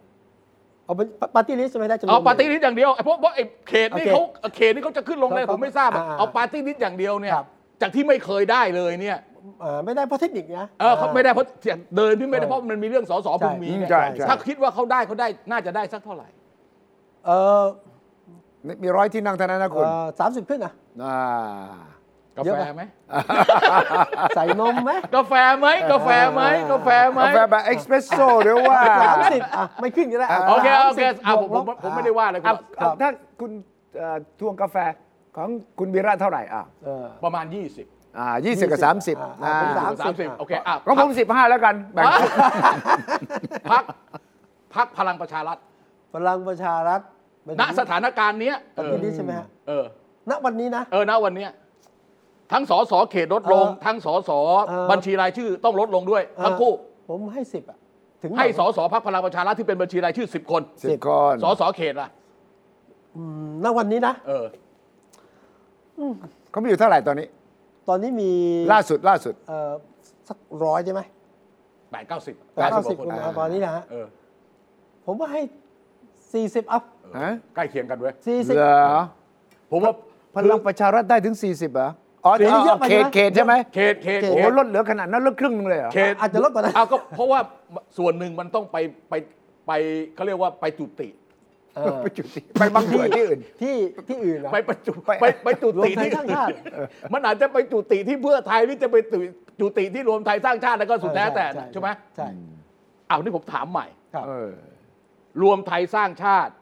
เอาปฏิลิสไม่ได้จำนวน
เอาปาร์ตี้ลิสต์อย่างเดียวไอ้พวกเพราะไอ้เขตนี่
โอเค
เขาเขตนี่เขาจะขึ้นลงเลย
เขา
ผมไม่ทราบอะ
อ่า
เอาปาร์ตี้ลิสต์อย่างเดียวเนี่ย
ครับ
จากที่ไม่เคยได้เลยเนี่ย
เอ่อไม่ได้เพราะเทคนิคนะ
เออเขาไม่ได้เพราะเสียงเดินที่ไม่ได้เพราะมันมีเรื่องสส
ใช่
พึงมีไง
ใช่ใช่
ถ้าคิดว่าเขาได้เขาได้น่าจะได้สักเท่าไหร่
เออ
มีร้อยที่นั่งเท่านั้นนะคุณ
สามสิบขึ้นนะ
อ่าก
า
เยอะ
แฟ
ไหม
ไหม
ใส่นมไหม
กาแฟไหมกาแฟไหม
เออ
กาแฟไหม
กาแฟแบบเอ็กซ์เพรสโซ่หรือว่า
สามสิบอ่ะไม่ขึ้นก็ได้ะ
โอเคโอเค
30
อ่ะผมผม
บวกลบ
ผมไม่ได้ว่าเลยค
อ่ะ
รับ
อ่ะถ้าคุณเอ่อทวงกาแฟของคุณวีระเท่าไหร่อ่ะ
เออ
ประมาณ 20
อ่ายี่สิบกับสามสิบ
อ่ะ
อ่า
ผม 30
30โอเคอ่ะ
ของผมสิบห้าแล้วกันแบ่ง
พักพักพลังประชารัฐ
พลังประชารัฐมั
ณสถานการณ์เนี้ยเอ
ตอน
อ
นี้ใช่ไหมฮะ
เออ
ณวันนี้นะ
เออนะวันเนี้ยทั้งสสเขตลดลง
เออ
ทั้งสส
เออ
บัญชีรายชื่อต้องลดลงด้วย ทั้งคู่
เออผมให้สิบอ่ะ ถึงน่
ให้
อย
สสพักพลังประชารัฐที่เป็นบัญชีรายชื่อ 10 คน
สิบคน
สสเขตล่ะ
อืมณวันนี้นะ
เออ
เขามีอยู่เท่าไหร่ตอนนี้
ตอนนี้มี
ล่าสุดล่าสุด
เอ่อสักร้อยใช่ไหม
แปดเก้าสิบ
เก้าสิบคน
น
นะตอนนี้นะฮะ
เออ
ผมว่าให้สี่สิบอัพ
ฮะ
ใกล้เคียงกันเว้ย
สี่สิบ
เหรอ
ผมว่า
พลังประชารัฐได้ถึง 40เหรออ๋อ
เดี๋ยวนี้เยอะไป
เขต
นะ
เขตใช่ไหม
เขตเขต
เขต
โอ้
เข
โห
ต
ลดเหลือขนาดนั้นลดครึ่งหนึงเลยเหรอ
เขต
อาจจะลดกว่านั้น
เอาก็เพราะว่าส่วนหนึ่งมันต้องไปไปไปเขาเรียกว่าไปจุติ
เออ
ไปจุดที่ไปบางเขตที่อื่น
ที่ที่อื่นนะ
ไปประจุ
ไป
ไปไปจุติที่
รวมไทยสร้างชาติ
เออ มันอาจจะไปจุติที่เพื่อไทยหรือจะไปจุจุติที่รวมไทยสร้างชาติแล้วก็สุดแท้แต่ใช่ไหม
ใช่
อ้าวนี่ผมถามใหม่
ครับ
เออ
รวมไทยสร้างชาติ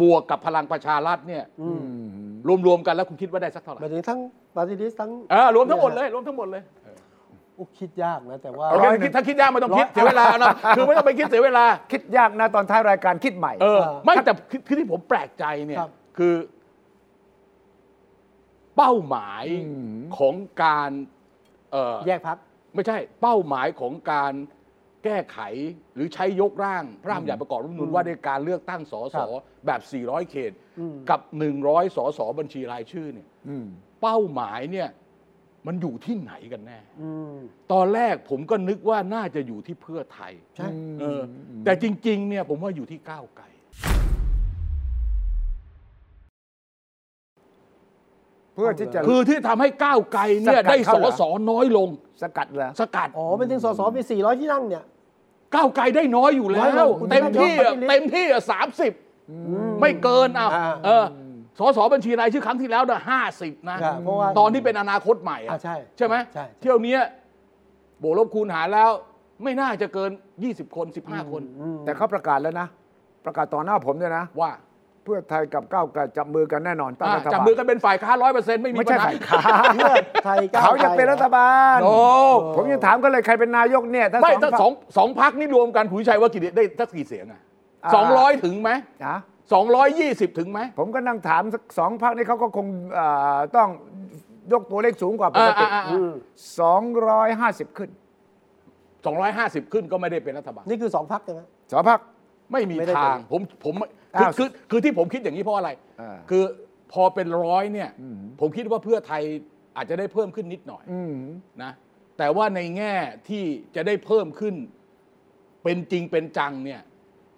บวกกับพลังประชารัฐเนี่ย
อืม
รวมๆกันแล้วคุณคิดว่าได้สักเท่าไห
หมา
ร่
ยถึงทั้งปาร์ตี้ลิสทั้ง
เออรวมทั้งหมดเลย รวมทั้งหมดเลย
อุ๊ยคิดยากนะ แต่ว่า
โอเคคิดถ้าคิดยากไม่ต้องคิดเสียเวลานะคือไม่ต้องไปคิดเสียเวลา
คิดยากนะตอนท้ายรายการคิดใหม่
เออ
เออ
ไม่แต่คือคือที่ผมแปลกใจเนี่ย
ครับ
คือ เป้าหมาย
อืม
ของการเอ่อ
แยกพัก
ไม่ใช่เป้าหมายของการแก้ไขหรือใช้ยกร่างพระราชบัญญัติประกอบรัฐธรรมนูญว่าด้วยการเลือกตั้งสส
ครับ
แบบ 400 เขต
อืม
กับ 100 สสบัญชีรายชื่อเนี่ย
อืม
เป้าหมายเนี่ยมันอยู่ที่ไหนกันแน่
อืม
ตอนแรกผมก็นึกว่าน่าจะอยู่ที่เพื่อไทย
ใช่
เอออแต่จริง ๆ เนี่ยผมว่าอยู่ที่ก้าวไกล
เพื่อที่จะ
คือที่ทำให้ก้าวไกลเนี่ย
สกัด
ได้ส
เข้าเหรอ
สน้อยลง
สกัดเหรอ
สกัด
อ๋อเป็นถึงสสมี 400 ที่นั่งเนี่ย
ก้าวไกลได้น้อยอยู่แล้
น้อยว ลงคุณ
เต็มที่
นายกป
อะ
ฏิลิษี
เต็มที่สามสิบ ไม่เกินอ่ะ
อ่า
เออสสบัญชีรายชื่อครั้งที่แล้วนะห้าสิบนะ
ครับเพราะว่า
ตอนที่เป็นอนาคตใหม่อ่ะ
อ่าใช่
ใช่ไหม
ใช่
เที่ยวเนี้ยบวกลบคูณหารแล้ว ไม่น่าจะเกิน 20 คน 15 คน
อืม
แต่เขาประกาศแล้วนะ ประกาศต่อหน้าผมด้วยนะ
ว่า
เพื่อไทยกับก้าวไกลจับมือกันแน่นอนตั้ง
อ่ะ
รัฐบาล
จับมือกันเป็นฝ่ายค้าร้อยเปอร์เซ็นต์ไม่มี
ไม่
ปั
ใช่
ญหา
ฝ่ายค้า
เพื่อไทยก้าวไกล
เขายังเป็นรัฐบาล
โอ้
ผมยังถามกันเลยใครเป็นนายกเนี่ยทั้ง
ไม่
สอง
ทั้งสองสองพักนี่รวมกันคุณวิชัยว่ากี่เดียได้สักกี่เสียงอ่ะสองร้อยถึงไหม
นะ
สองร้อยยี่สิบถึงไหม
ผมก็นั่งถามสักสองพักนี้เขาก็คงเอ่อต้องยกตัวเลขสูงกว่าปกติ
อ่า
อืม
250 ขึ้น
สองร้อยห้าสิบขึ้นก็ไม่ได้เป็นรัฐบาล
นี่คือสองพักใช่ไหม
สองพัก
ไม่มี
ไม่ได้
ทาง
เป็น
ผมผม
อ้าว
คือคือคือที่ผมคิดอย่างนี้เพราะอะไร
อ่า
คือพอเป็นร้อยเนี่ย
อืม
ผมคิดว่าเพื่อไทยอาจจะได้เพิ่มขึ้นนิดหน่อย
อืม
นะแต่ว่าในแง่ที่จะได้เพิ่มขึ้น เป็นจริงเป็นจังเนี่ย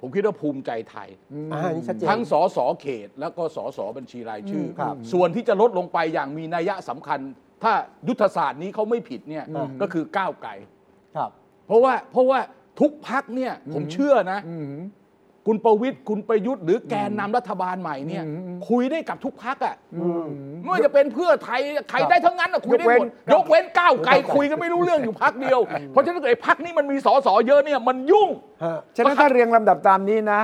ผมคิดว่าภูมิใจไทย
อ่านี่ชัดเจน
ทั้งสสเขต แล้วก็สสบัญชีรายชื่ออ
มครับ
ส่วนที่จะลดลงไปอย่างมีนัยสำคัญ ถ้ายุทธศาสตร์นี้เขาไม่ผิดเนี่ย
อืม
ก็คือก้าวไกล
ครับ
เพราะว่าเพราะว่าทุกพักเนี่ยผมเชื่อนะ
อืม
คุณประวิตยคุณประยุทธ์หรือแกนนำรัฐบาลใหม่เนี่ย
อืม
คุยได้กับทุกพักอ่ะ
อืม
ไม่ว่าจะเป็นเพื่อไทยใครได้ทั้งนั้นอะคุยได้หมด
ย
ย
ก
ก
เว้
เว้
น
นก้าวไกลคุยกันไม่รู้เรื่องอยู่พักเดียว เพราะฉะนั้นไอ้พักนี้มันมีสอสอเยอะเนี่ยมันยุ่ง
ฮะ
ฉะนั้นถ้าเรียงลำดับตามนี้นะ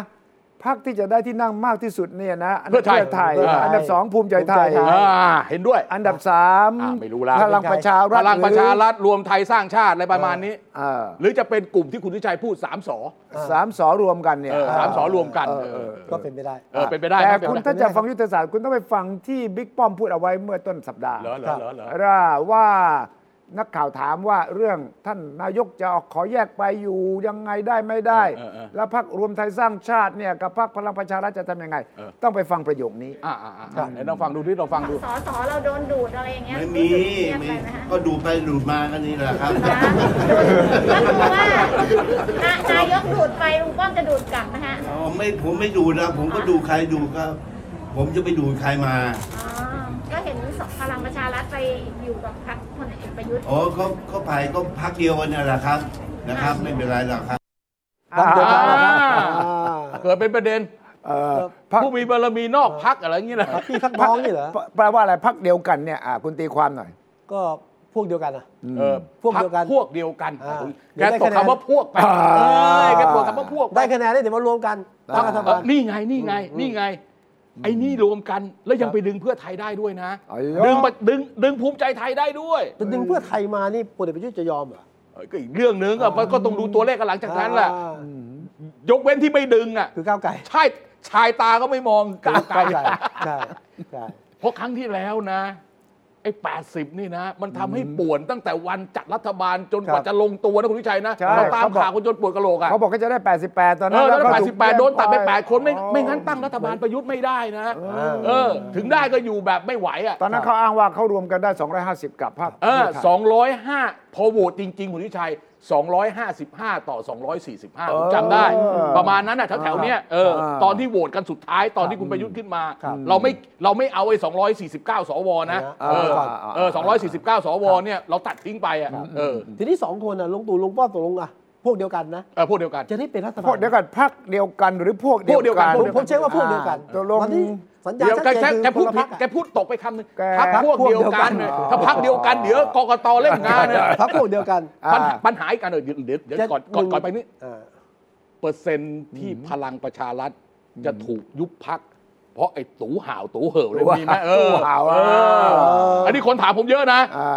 พักที่จะได้ที่นั่งมากที่สุดเนี่ยนะนดับ
เพื่อไทย
เพื่อไทย
เอออั
อันดับสองภูมิใจไทย
ภูมิใจไทย
อ่าเห็นด้วย
อันดับสาม
อ่ะไม่รู้ละ
พลังประชารัฐ
พลังประชารัฐรวมไทยสร้างชาติอะไรประมาณนี้
เออ
หรือจะเป็นกลุ่มที่คุณทิชัยพูดสามสอ
สามสอรวมกันเนี่ย
เออสามสอรวมกัน
เออ
เออเอ
ก็
อ
เป็นไปได้
เออเป็นไปได้
แต่
เป็น
คุณ
ไปได้
ถ้าจะฟังยุทธศาสตร์คุณต้องไปฟังที่บิ๊กป้อมพูดเอาไว้เมื่อต้นสัปดาห์
เหรอเหรอเหรอเหรอ
ว่าว่านักข่าวถามว่าเรื่องท่านนายกจะออกขอแยกไปอยู่ยังไงได้ไม่ได้ แล้วพักรวมไทยสร้างชาติเนี่ยกับพักพลังประชารัฐจะทำยังไง ต้องไปฟังประโยคนี้
อ่าอ่าอ่าอ่าไหนลองฟังดูดิลองฟังดู
สอสอเราโดนดูดอะไรอย่างเงี้ย
ไม่มี
รู้สึกเครียด
มี
ไปไหมฮะ
ก็ดูไปดูมากันนี่แหละครับ
นะโดนก็คือว่านานายกดูดไปลุงป้อมจะดูดกลับนะฮะ
อ๋อไม่ผมไม่ดูนะผมก็ดูใครดูครับ ผมจะไปดูใครมา
อ๋อก็เห็นสองพลังประชารัฐไปอยู่กับพรรคพลเอกประ ประยุทธ์
โอ้ก็ก็ไปก็พักเดียวกันนั่นแหละครับนะครับ ไม่เป็นไรหรอกครับ
พักเดียวกันเหรอครับ
อ่า
อ่า
เกิดเป็นประเด็น
เอ่อพัก
ผู้มีบารมีนอกพักอะไรอย่างเงี้ยนะ
พักพี่พักน้องนี่เหรอ
แปลว่าอะไรพักเดียวกันเนี่ยอ่ะคุณตีความหน่อย
ก็พวกเดียวกันอ่ะ
เออ
พวกเดียวกัน
พรรคพวกเดียวกัน
อ่า
แกตกคำว่าพวกไป
อ่า
เอ้ยแกตกคำว่าพวกป
ได้คะแนนได้เดี๋ยวมารวมกันตั้งรัฐบาล
เออนี่ไงนี่ไงนี่ไง ไอ้นี่รวมกันแล้วยังไปดึงเพื่อไทยได้ด้วยนะ
อ๋อ
ดึงมาดึงดึงภูมิใจไทยได้ด้วย
จะดึงเพื่อไทยมานี่พลเอกประยุทธ์จะยอมเหรอ
เอ้ยก็อีกเรื่องหนึงอ่ะมันก็ต้องดูตัวเลขกันหลังจากนั้นแหละ
อ่าย
กเว้นที่ไม่ดึงอ่ะ
คือก้าวไกล
ใช่ชายตาก็ไม่มอง ก้าวไกล
ใช่ใช่
เพราะครั้งที่แล้วนะ ไอ้ 80 นี่นะ มันทำให้ป่วนตั้งแต่วันจัดรัฐบาลจนกว่าจะลงตัวนะคุณวิชัยนะ
ใช่
เราตาม
เขาบอก
ข่าวคนจนปวดกระโหลกอ่ะ
เขาบอกเขาจะได้ 88 ตอน
เอ
นั้น
อแล้ว
ก็
แปด
ถู
สิ
ก
บแปดโดนตัดไปแปดคนไม่
อ๋อ
ไม่งั้นตั้งรัฐบาลประยุทธ์ไม่ได้นะ
า
เออ ถึงได้ก็อยู่แบบไม่ไหวอ่ะ
ตอนนั้นเขาอ้างว่าเขารวมกันได้ 250 กับพรรค
เออ
เพื่ไทย
สองร้อยห้าพอโหวตจริง ๆ คุณทิชัย 255 ต่อ 245ผมจำได้ ประมาณนั้นน่ะแถวๆเนี้ยเอออา ตอนที่โหวตกันสุดท้ายตอนที่คุณประยุทธ์ขึ้นมา
ครับ
เราไม่เราไม่เอาไอ้249 สวนะ
เอา
เออ
ก่อน
เออ249 สวเนี่ยเราตัดทิ้งไปอ่ะเออ
ทีนี้สองคนน่ะลงตู่ลงป้อมตกลงอ่ะ พวกเดียวกันนะ
เออพวกเดียวกัน
จะได้เป็นรัฐบาล
พวกเดียวกันพรรคเดียวกันหรือพวกเดี
พวกเดี
ย
ยว วกั
กัน น
ผมผมเช็คว่าพวกเดียวกัน
อ่าตกลง
ตอนนี้สัญญา
เดี๋ยว
ชัด
แก
เจน
แก
คือ
พูด
คนละ
ผิ
พรรคอะ
ดแกพูดตกไปคำหนึ่ง
แก
พักพวกเดียวกันเนี่ยถ้าพักเดียวกันเดี๋ยวกกตเล่นงานเนี่ย
พรรคพวกเดียวกัน
อ่า
ปัญหาปัญหาอีกอันหนึ่งเดี๋ยวเดี๋ยวเดี๋ยวก่อนก่อนก่อนไปนี่
อ่า
เปอร์เซ็นต์ที่พลังประชารัฐจะถูกยุบพัก เพราะไอ้ตู่ห่าวตู่เห่อเลยมีไหมเออ
ตู้ห่าวอ่ะ
เอออันนี้คนถามผมเยอะนะ
อ่า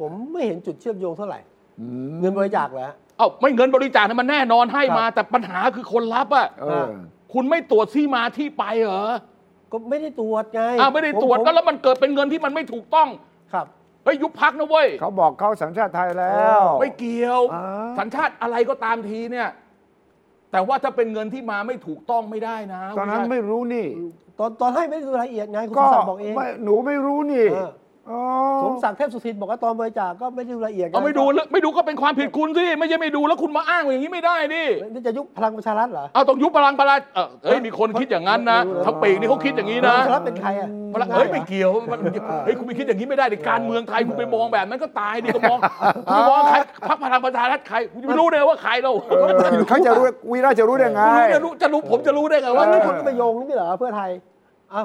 ผมไม่เห็นจุดเชื่อมโยงเท่าไหร่
อืม
เงินบริจาคเหรอฮะ
เอ้าไม่เงินบริจาคนะมันแน่นอนให้มา แต่ปัญหาคือคนรับอ่ะ
เออ
คุณไม่ตรวจที่มาที่ไปเหรอ
ก็ไม่ได้ตรวจไง
อ้าวไม่ได้ตรวจ
ผ
ก็แล้วมันเกิดเป็นเงินที่มันไม่ถูกต้อง
ครับ
เฮ้ยยุบพักนะเว้ย
เขาบอกเขาสัญชาติไทยแล้ว
ไม่เกี่ยว
อ่า
สัญชาติอะไรก็ตามทีเนี่ย แต่ว่าถ้าเป็นเงินที่มาไม่ถูกต้องไม่ได้นะ
ตอนนั้นไม่รู้นี่
ตอนตอนให้ไม่ได้ดูรายละเอียดไงคุณส
ก็
มศักดิ์บอกเอง
ไม่หนูไม่รู้นี่
เออ
อ๋อ
สมศักดิ์เทพสุทินบอกว่าตอนบริจาคก็ไม่ได้ดูรายละเอียดง
เอาไม่ดูแล้วไม่ดูก็เป็นความผิดคุณสิไม่ใช่ไม่ดูแล้วคุณมาอ้างอย่างนี้ไม่ได้ดิ
นี่จะยุบพลังประชารัฐเหรอ
เอาต้องยุบพลังประชาเออเฮ้ยมีคนคิดอย่างนั้นนะทั้งปีกนี่เขาคิดอย่างนี้
พลั
นะ
งประชารัฐเป็นใครอ่ะ
พลัง
ง่า
เฮ้ย
หรอ
ไม่เกี่ยวมันเฮ้ยคุณไปคิดอย่างนี้ไม่ได้ดิการเมืองไทยคุณไปมองแบบนั้นก็ตายดิก็มองคุณไปมองใครพรรคพลังประชารัฐใครคุณจะไปรู้ได้ไงว่าใครเรา
เออเขาจะรู้วีระจะรู้ได้ไง
คุณรู้จะรู้จะรู้ผมจะรู้ได้ไง
วั
ว่า
นนี้คนก็ไปโยงนี่เหรอเพื่อไทยเอ้า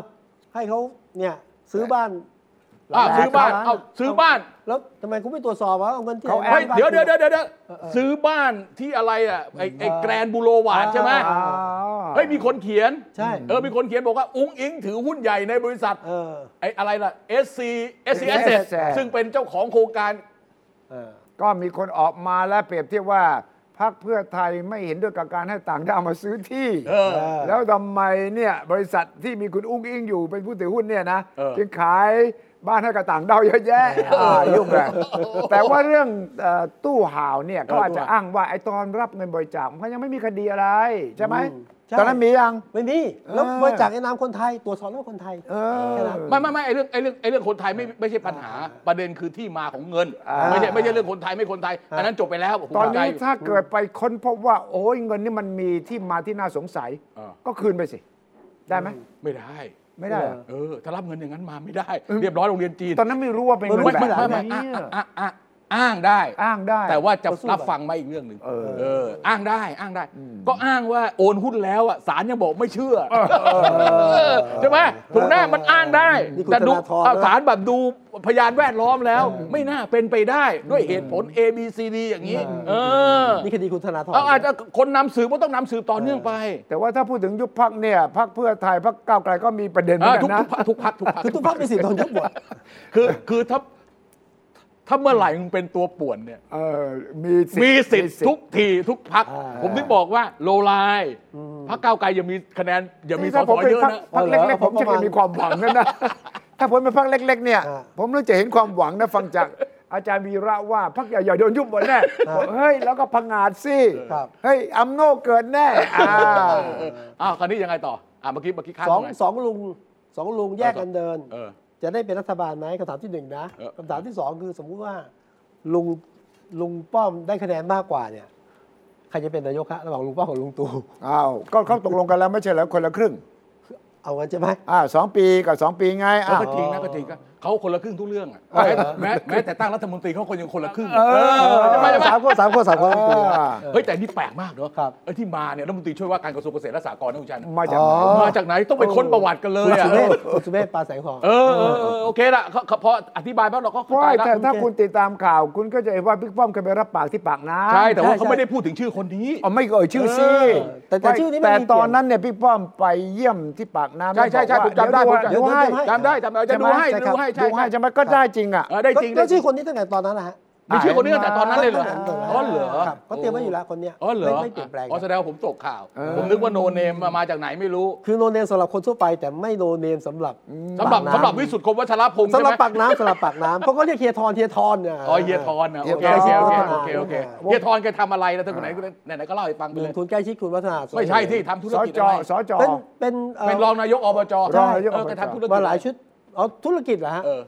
ให้เขาเนี่ยซื้อบ้าน
อ่ะซื้อบ้าน
หลยล้
เอาซื้อบ้าน
แล้วทำไมคุณไม่ตรวจสอบว่าเอาเงินที่
เขาแอ
หน
ไม่
บ้าน
เดี๋ยว
คุณ
เดี๋ยวเดี๋ยวเดี๋ยวซื้อบ้านที่อะไรอ่ะไอ้ไอ้แกรนบูโรวาดใช่ไหม
อ่า
อ๋อ
เฮ้ยมีคนเขียน
ใช่
เออมีคนเขียนบอกว่า อุ้งอิงถือหุ้นใหญ่ในบริษัท
เออ
ไอ้อะไรล่ะ SC SC Asset ซึ่งเป็นเจ้าของโครงการ
เออ
ก็มีคนออกมาและเปรียบเทียบว่าพรรคเพื่อไทยไม่เห็นด้วยกับการให้ต่างด้าวมาซื้อที่
เออ
อ
แล้วทำไมเนี่ยบริษัทที่มีคุณอุ้งอิงอยู่เป็นผู้ถือหุ้นเนี่ยนะ
เออ
จึงขายบ้านให้กับต่างด้าวเยอะ แยะายุ่งเลย แต่ว่าเรื่องเอ่อตู้ห่าวเนี่ยเขาอาจจะอ้างว่าไอ้ตอนรับเงินบริจาคมันก็ยังไม่มีคดีอะไร ใช่ไหม
อืมใช่
ตอนนั้นมียัง
ไม่มีแล้ว
เออ
บริจาคในนามคนไทยตรวจสอบแล้วคนไทย
เออ
แค่นั้น
ไม่ไม่ไม่ไอ้เรื่องไอ้เรื่องไอ้เรื่องคนไทยไม่ไม่ใช่ปัญหาประเด็นคือที่มาของเงิน
อ่า
ไม่ใช่ไม่ใช่เรื่องคนไทยไม่คนไทย อันนั้นจบไปแล้วผม
ตอน
เข้าใจ
นี้
อยู่
ถ้าเกิดไปค้นพบว่า โอ้ยเงินนี่มันมีที่มาที่น่าสงสัย
เออ
ก็คืนไปสิ ได้ไหม
ไม่ได้
ไม่ได้เหรอ
เออถ้ารับเงินอย่างนั้นมาไม่ได้ เรียบร้อยโรงเรียนจีน
ตอนนั้นไม่รู้ว่าเป็นเงิน
ไม่
แบ
ไม่
บไหน
ไม่อ่ะ
เนี่ย
อ่ะอ่ะอ้างได้
อ้างได้
แต่ว่าจะ
ก็สู้
รับ
ไป
ฟังไหมาอีกเรื่องหนึ่ง
เออ
เออ อ้างได้อ้างได้ ก็อ้างว่าโอนหุ้นแล้วอ่ะศาลยังบอกไม่เชื่อเออใช่ไหมถูกแน่มันอ้างได้
นี่คุณ
แต่ดู
ธนาธร
เอาศาลแบบดูพยานแวดล้อมแล้ว ไม่น่าเป็นไปได้ด้วยเหตุผล A B C D อย่างนี้ เออ
นี่คดีคุณธนาธร
เอาอาจจะคนนำสืบก็ต้องนำสืบต่อเนื่องไป
แต่ว่าถ้าพูดถึงยุบพักเนี่ยพักเพื่อไทยพักก้าวไกลก็มีประเด็นเหมือน
อ่ะ
กั
ทุก
นนะ
ทุกทุกพักทุกพัก
คือทุกภาคมีสิทธิ์โดนยุบหมด
คือคือถ้าถ้าเมื่อไหร่มึงเป็นตัวป่วนเนี่ย
เออมีสิทธิ์
มีสิทธิ์ทุกทีทุกพัก
อ่า
ผมถึงบอกว่าโลไลน์พักก้าวไกลยังมีคะแนนยังมี
นี่
ส
ถ้า
ส
ผมเป็น
เยอะ
พัก
นะ
พรรคเล็กๆ ผมจะ
ประมาณ
มีความหวังนะนะถ้าผมเป็นพักเล็ก ๆ เนี่ย
อ่า
ผมน่าจะเห็นความหวังนะฟังจากอาจารย์วีระว่าพักใหญ่ๆโดนยุบหมดแน่เฮ้ย แล้วก็พังงาดสิ
ครับ
เฮ้ยอัมโน่เกิดแน่อ่า
เอออ้าวคราวนี้ยังไงต่ออ่าเมื่อกี้เมื่อกี้ข้าม
สอง
ตรงไหน
สองลุงสองลุงแยกกันเดิน
เออ
จะได้เป็นรัฐบาลไหมคำถามที่หนึ่งนะ
เออ
คำถามที่สองคือสมมุติว่า ลุงลุงป้อมได้คะแนนมากกว่าเนี่ย ใครจะเป็นนายกฮะระหว่างลุงป้อมกับลุงตู่
อ้าว ก็เขาตกลงกันแล้วไม่ใช่แล้วคนละครึ่ง
เอากันใช่ไหม
อ่าสองปีกับสองปีไง
ก็
อ้าว
จริงนะก็จริงก็เขาคนละครึ่งทุกเรื่องอะ
เออ
แม้แม้แม้แต่ตั้งรัฐมนตรีเขาคนยังคนละครึ่ง
เออ
ใช่ไหมใช่ไหม
สามคนสามคนสามคนต้องคุยนะ
อ่า
เฮ้ยแต่นี่แปลกมากเนาะ
ครับ
ไอ้ที่มาเนี่ยรัฐมนตรีช่วยว่าการกระทรวงเกษตรและสหกรณ์นะคุณชัยนะ
มาจากไหน
อ๋อ
มาจากไหนต้องไปค้นประวัติกันเลย
คุณสุ
อะ
เมธคุณสุเมธปลาแสงทอง
เออเออเออโอเคละเขาเขาพออธิบายบ้างเราก็เข้า
เพราะ
ใจ
ไอ้
ละ
แต่ถ้าคุณติดตามข่าว คุณก็จะเห็นว่าบิ๊กป้อมเคยไปรับปากที่ปากน้ำ
ใช่แต่ว่าเขา
ใช่
ไม่ได้พูดถึงชื่อคนนี้
อ๋อไม่เอ่ยชื่อสิ
เออ
แต่แต่ชื่อนี้ไม่มี
แต่
เกี่ยว
ตอนนั้นเนี่ยบิ๊กป้อมไปเยี่ยมที่ปากน้ำ
ใช่ใช่ใช่ผมจำได้ผมจำ
เดี๋ยวให้
เยว
จำได้จำได้จะ
ช่ไม
ดูให้จะดูให้
ช่ครับดูให้ใช่ไหมก็ได้จริงอ่ะ
เออได้จริง
แล้
ได้
ว
จริ
ชื่อง คนนี้ตั้งแต่ตอนนั้นนะฮะ
มีชื่อคนนี้ตั้งแต่ตอนนั้นเลยเหรอ
ตั้งแต่ตนนั้น
อ๋อเหรอ
ครับก็เตรียมไว้อยู่แล้วคนเนี้ย
อ๋อเหรอ
ไม่ไม่เปลี่ยนแปลง
อ๋อแสดงว่าผมตกข่าว
เออ
ผมนึกว่าโนเนมมาจากไหนไม่รู้
คือโนเนมสำหรับคนทั่วไปแต่ไม่โนเนมสำหรับ
สำหรับ
ปากน้ำ
สำหรับวิสุทธิ์คมวัชรพง
สำ
ศ์ใช่
ห
ไห
รับ
ม
ปากน้ำสำหรับปากน้ำเขาก็เรียกเฮียทอนเฮียทอนเนี่ย
อ๋อเฮียทอนนะโอเคโอเคโอเคโอเคโอเคเฮียทอนแกทำอะไรนะท่านคนไหนไหนๆก็เล่าให้ฟังไป
ห
เล
นึ่ง
ย
ทุนใกล้ชิดคุณวัฒนา
ไม่ใช่ที่ทำธุร
ส
กิจ
จ
อะไร
สจ
เป็นเป็นอ่อ
เป็นรองนายกอบจ
รองนายกอบจ
เแทำธุรกิจ
มาหลายชุดอ๋อธุรกิจเหรอฮะ
เออ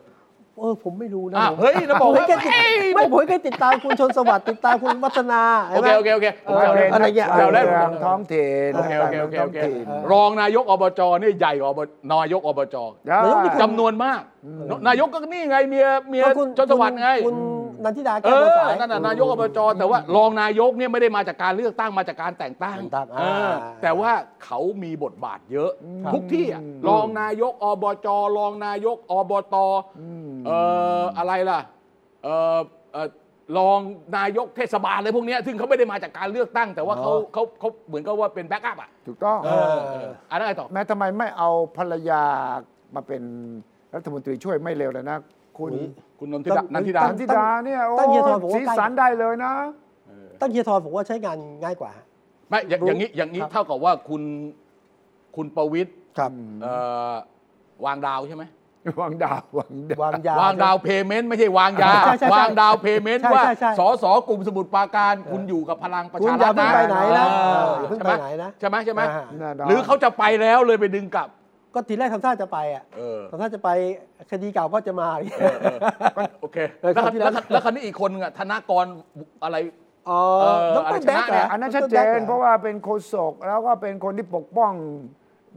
เออผมไม่รู้นะ
อ่ะ
ผม
เฮ้ยแล้วบอก
ผมแค่ติด
เอ้ย
ไม่ผมแค่ติดตามคุณชนสวัสดิ์ติดตามคุณวัฒนา
โอเคโอเคโอเคผมจะ
ว่า
เอาเลย
ป็น
อะไรเงี้ย
นัก
เดี๋ยวได้
การ
ผมจะเอา
มืองท้องถิ่น
โอเคโอเคโอเค
นักการมืงท้
โอง เค
ถิ่น
รองนายกอบจนี่ใหญ่กว่าอบนายกอบจ
ได้
นายกนี่คือ
จำนวนมาก นายกก็นี่ไงเมียเมีย
แล้วคุณ
จนสวัสดิ์ไง
คุณนันทิดา
เอ
แก้วบัว
อ
สาย
นั่นน่ะนายกอบจแต่ว่ารองนายกเนี่ยไม่ได้มาจากการเลือกตั้งมาจากการแต่งตั้ง
แต่งตั้ง
เออ
อ่า
แต่ว่าเขามีบทบาทเยอะ
ครับ
ทุกที่อะรองนายกอบจรองนายกอบตเอ่ออะไรล่ะเอ่อเอ่อรองนายกเทศบาลอะไรพวกเนี้ยซึ่งเขาไม่ได้มาจากการเลือกตั้ง แต่ว่าเขาเขาเขาเหมือนกับว่าเป็นแบ็กอัพอ่ะ
ถูกต้อง
เออเอออันนั้นไงต่อ
แม้ทำไมไม่เอาภรรยามาเป็นรัฐมนตรีช่วยไม่เร็วเลยนะ คุณ
อุ๊ย
คุณนนทิดานันทิดา
ตันทิดาเนี่ยโอ้
ตั้งเฮียทรผมว่า
สี
ใกล้
สันได้เลยนะ
ตั้งเฮียทอนผมว่าใช้งานง่ายกว่า
ไม่อย่าง
รู้
อย่างนี้อย่างนี้
ครับ
เท่ากับว่าคุณคุณประวิตร
ครับ
เอ่อวางด าวใช่ไหม
วางดาววางดาว
วางยา
วางดาวเพย์เมนต์ไม่ใช่วางยา
ใช่ใช่ใช่
วางดาวเพย์เมนต์
ใช่
ว่า
ใช่ใช่
สสกลุ่มสมุทรปราการ คุณอยู่กับพลังประชา
คุณอ
รั
ย่า
ฐ
เพิ่งไปไหนนะ
เออ
เอออย่าเพิ่ง
ใช่ม
ไปไหนนะ
ใช่ไหมใช่ไหม
อ่า
น่ดว
หรือเขาจะไปแล้วเลยไปดึงกลับ
ก็ทีแรกทำท่าจะไปอ่ะ
เออ
ทำท่าจะไปคดีเก่าก็จะมาอีก
โอเค
เออ
แล้ว
คราวที่แล้
แล้ว วแล้วคันนี้อีกคนนึงอะธนากรอะไร
อ๋อ
เออ
ดร
อะไรชนะ
แบ็คเหร
เนี่
อย
อันนั้น
ด
ชัดเจ
แบ็คห
น
อ
เพราะว่าเป็นโฆษกแล้วก็เป็นคนที่ปกป้อง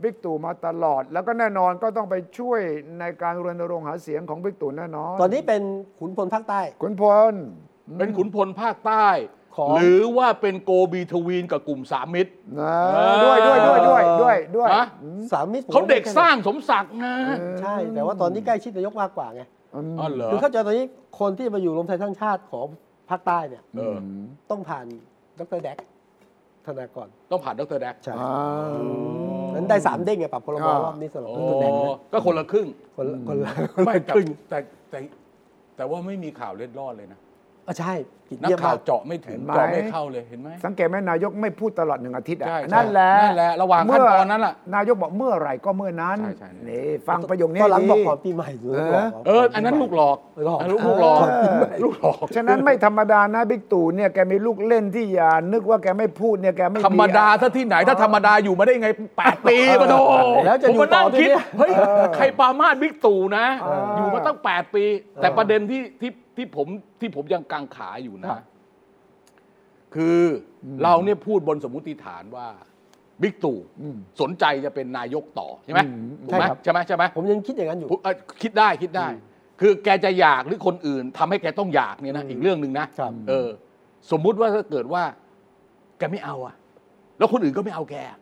บิ๊กตู่มาตลอด แล้วก็แน่นอนก็ต้องไปช่วยในการรณรงค์หาเสียงของบิ๊กตู่แน่นอน
ตอนนี้เป็นขุนพลภาคใต้
คุณพล
เป็นขุนพลภาคใต้
ของ
หรือว่าเป็นโกบีทวีนกับกลุ่มสามมิตร
นะ
เออ
ด้วยด้วยด้วยด้วยด้วยด้วย
ฮะ
สามมิตรผม
เขาเด็กสร้างสมศักดิ์นะ
ใช่ แต่ว่าตอนนี้ใกล้ชิดนายกมากกว่าไง
ม
อ๋อเหรอ
คือเข้าใจตอนนี้คนที่มาอยู่รวมไทยสร้างชาติของภาคใต้เนี่ย
เออ
ต้องผ่านดรแดกธนากร
ต้องผ่านดรแดก
ใช่
อ่า
นั้นได้สามเด้งไงปรับพลบ
อ่าร ร
อบนี้สำหรับ
อ๋
ดรแดกนะ
อก็คนละครึ่ง
คนละคนละคน
ไม่
ละ
แต่
ครึ่ง
แต่แต่แต่ว่าไม่มีข่าวเล็ดรอดเลยนะ
อ่ะใช่กิจ
นัก
เยี่ย
ข่า
มาว
ม
ก
เจาะไม่ถึง
เห็นไหม
เจาะไม่เข้าเลยเห็นไหม
สังเกตไหมนายกไม่พูดตลอดหนึ่งอาทิตย์อะ
ใช่ใช่
นั่นแหละ
นั่นแหละระหว่างขั้นตอนนั้นน่ะ
เมื่นายกบอกเมื่อไหร่ก็เมื่อนั้น
ใช่ใช่
นี่ฟังประโยคนี้
ก็หลัง
ดี
บอกก่อนปีใหม่อยู่
เออ
บอกก่
เออ อันนั้น
ปีใหม่
ลูกหลอก
หลอก
นนั้นลูกหลอก
เออ
ลูกหลอก
ฉะนั้นไม่ธรรมดานะบิ๊กตู่เนี่ยแกมีลูกเล่นที่อย่านึกว่าแกไม่พูดเนี่ยแกไม่
ธรรมดาถ้าที่ไหนถ้าธรรมดาอยู่มาได้ไงแปดปีปะโถ
แล้วจะ
ผม
อ
มา
ยู่ต่
นั่
อง ที่
คิด
เนี่ย
เฮ้ยใครปรามาดบิ๊กตู่นะ
เออ
อ
อ
ยู่มาตั้งแปดปี แต่ประเด็นที่ที่ที่ผมที่ผมยังกังขาอยู่นะ คืออเราเนี่ยพูดบนสมมุติฐานว่าบิ๊กตู่สนใจจะเป็นนายกต่อใช่ไหมถูกไหม
ใช่ครับ
ใช่ไหมใช่ไหม
ผมยังคิดอย่างนั้นอยู่
ผมเอ่อคิดได้คิดได้ คือแกจะอยากหรือคนอื่นทำให้แกต้องอยากเนี่ยนะอีกเรื่องหนึ่งนะครับ เออ สมมุติว่าถ้าเกิดว่า แกไม่เอาอะแล้วคนอื่นก็ไม่เอาแกอะ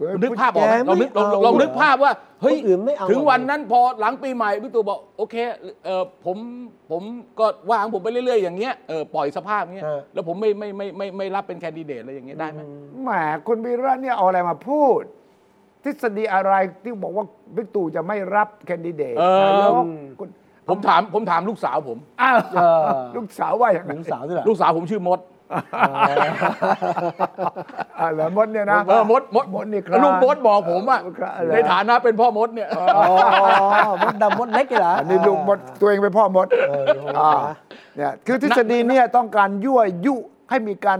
เฮ้ย
นึกภาพออกไหม
แกไม่
เรานึกเรา
เอา
เราเรานึกภาพว่าเฮ้ย
คนอื่นไม่เอา
ถึงวันนั้นพอหลังปีใหม่พี่ตู่บอกโอเคเออผมผมก็วางผมไปเรื่อย ๆ อย่างเงี้ยเออปล่อยสภาพเงี้ยแล้วผมไม่ไม่ไม่ไม่ไม่รับเป็นแคนดิเดตอะไรอย่างเงี้ยได้ไหม
แหมคุณวีระเนี่ยเอาอะไรมาพูด ทฤษฎีอะไรที่บอกว่าบิ๊กตู่จะไม่รับแคนดิเดต
เออ
นายกคุณ
ผมถามผมถามลูกสาวผม
อ้าว
เออ
ลูกสาวว่าอย่างไร
หญิงสาวด้วยเหรอ
ลูกสาวผมชื่อมด
อ่าเหรอมดเนี่ยนะ
เออมดมด
มดนี่ค
แล้ว
รับ
ลูกมดบอกผมอ่ะ
ครับ
ในฐานะเป็นพ่อมดเนี่ย
อ๋อมดดำมดเล็กเหรอ
อั
อั
นนี้ลูกมดตัวเองเป็นพ่อมด
เออลูกมดนะ
าเนี่ยคือทฤษฎีเนี่ยต้องการยั่วยุให้มีการ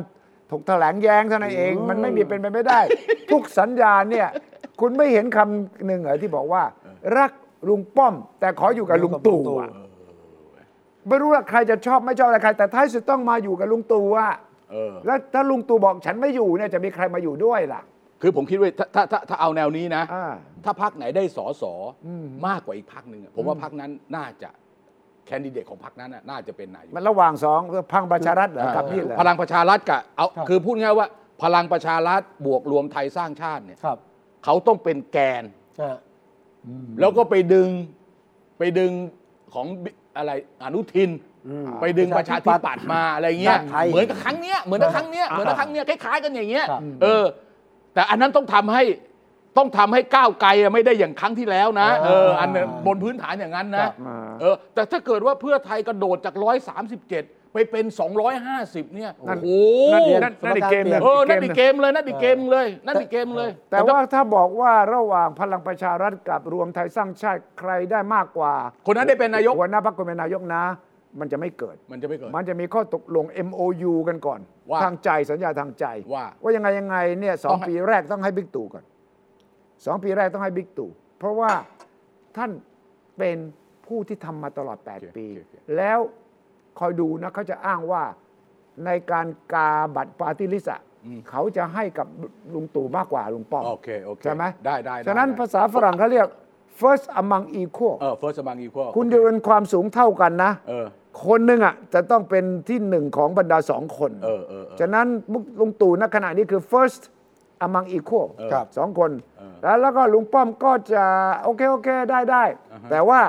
ถกแถลงแย้งเท่านั้นเอง มันไม่มีเป็นไปไม่ได้ ทุกสัญญาเนี่ย คุณไม่เห็นคำหนึ่งเหรอที่บอกว่า รักลุงป้อม แต่ขออยู่กับลุงตู่อะไม่รู้ว่าใครจะชอบไม่ชอบอะไรใคร แต่ท้ายสุดต้องมาอยู่กับลุงตู่อะ
เออ
แล้วถ้าลุงตู่บอกฉันไม่อยู่เนี่ยจะมีใครมาอยู่ด้วยล่ะ
คือผมคิดว่าถ้าถ้าถ้าถ้าเอาแนวนี้นะ
อ่า
ถ้าพักไหนได้สอสอ
ม
มากกว่าอีกพักหนึ่งอะผมว่าพักนั้นน่าจะแคนดิเดตของพักนั้นน่ะน่าจะเป็นนายก
มันระหว่างสองคือพังประชารัฐเหรอกับนี่เหรอ
พลังประชารัฐกับเอา
ครับ
คือพูดง่ายว่า พลังประชารัฐบวกรวมไทยสร้างชาติเนี่ย
ครับ
เขาต้องเป็นแกน
ฮะ
แล้วก็ไปดึงไปดึงของบิอะไรอนุทิน
อืม
ไปดึงประชาธิปัตย์มาอะไรเงี้ย
ชาติไทย
เหมือนกับครั้งเนี้ยเหมือนกับครั้งเนี้ย
อ่า
เหมือนกับครั้งเนี้ยคล้ายๆกันอย่างเงี้ย
ครับ
เออ แต่อันนั้นต้องทำให้ต้องทำให้ก้าวไกลอะไม่ได้อย่างครั้งที่แล้วนะเอออันนั้นบนพื้นฐานอย่างนั้นนะเออ แต่ถ้าเกิดว่าเพื่อไทยกระโดดจาก 137 ไปเป็น 250 เนี่ยโอ้โห
นั่นนั่นนั่นอีกเกมหนึ่ง
เออนั่นอี
ห
ก
ง
เกมเลยนั่นอีกเกมเลยนั่นอีกเกมเลย
แต่ว่าถ้าบอกว่าระหว่างพลังประชารัฐกับรวมไทยสร้างชาติใครได้มากกว่า
คนนั้นได้เป็นนายก
หัวหน้าพรรคคนเป็นนายกนะ มันจะไม่เกิด
มันจะไม่เกิด
มันจะมีข้อตกลง MOU กันก่อน
ว่า
ทางใจสัญญาทางใจ
ว่า
ว่ายังไงยังไงเนี่ยสอ
ต้อ
ง
งให้
ปีแรกต้องให้บิ๊กตู่ก่อนสองปีแรกต้องให้บิ๊กตู่เพราะว่าท่านเป็นผู้ที่ทำมาตลอด 8 ปี แล้วคอยดูนะเขาจะอ้างว่าในการกาบัตรปาร์ตี้ลิสต์อะเขาจะให้กับลุงตู่มากกว่าลุงป้อม
โอเคโอเค
ใช่ไหม
ได้ได้ได้
ฉะนั้น
ได้
ภาษาฝรั่งเขาเรียก first among equal
เออ first among equal
คุณยืนความสูงเท่ากันนะ
เออ
คนหนึ่งอ่ะจะต้องเป็นที่หนึ่งของบรรดาสองคน
เออเออเออ
ฉะนั้นลุงตู่ณขณะนี้คือ first among equal
เออ
ครับ
สองคน แล้วแล้วก็ลุงป้อมก็จะ โอเค โอเค ได้ได้
อ่าฮะ
แต่ว่า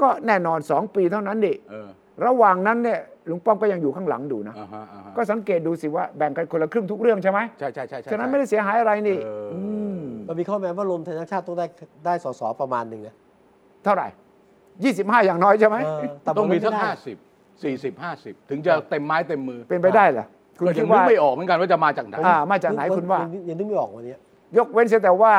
ก็แน่นอน 2 ปีเท่านั้นดิ
เออ
ระหว่างนั้นเนี่ยลุงป้อมก็ยังอยู่ข้างหลังดูนะ
อ่าฮะอ่าฮะ
ก็สังเกตดูสิว่าแบ่งกันคนละครึ่งทุกเรื่องใช่ไหม
ใช่ใช่ใช่ใช่
ฉะนั้นไม่ได้เสียหายอะไรนี่
เอออื
ม
มันมีข้อแม้ว่ารวมไทยสร้างชาติต้องได้ได้สสประมาณหนึ่งนะ
เท่าไหร่ 25 อย่างน้อยใช่ไหม
เออแต่
ต้องมี
นไ
ทั้งห้าสิบสี่สิบห้าสิบถึงจะเต็มไม้เต็มมือ
เป็นไปได้เหรอคุณ
ก็
คิ
ยั
ด
งนึก
ว่า
ไม่ออกเหมือนกันว่าจะมาจากไหน
อ่ามาจากไหนคุณว่า
ยังยังนึกไม่ออกวันนี้
ยกเว้นเสียแต่ว่า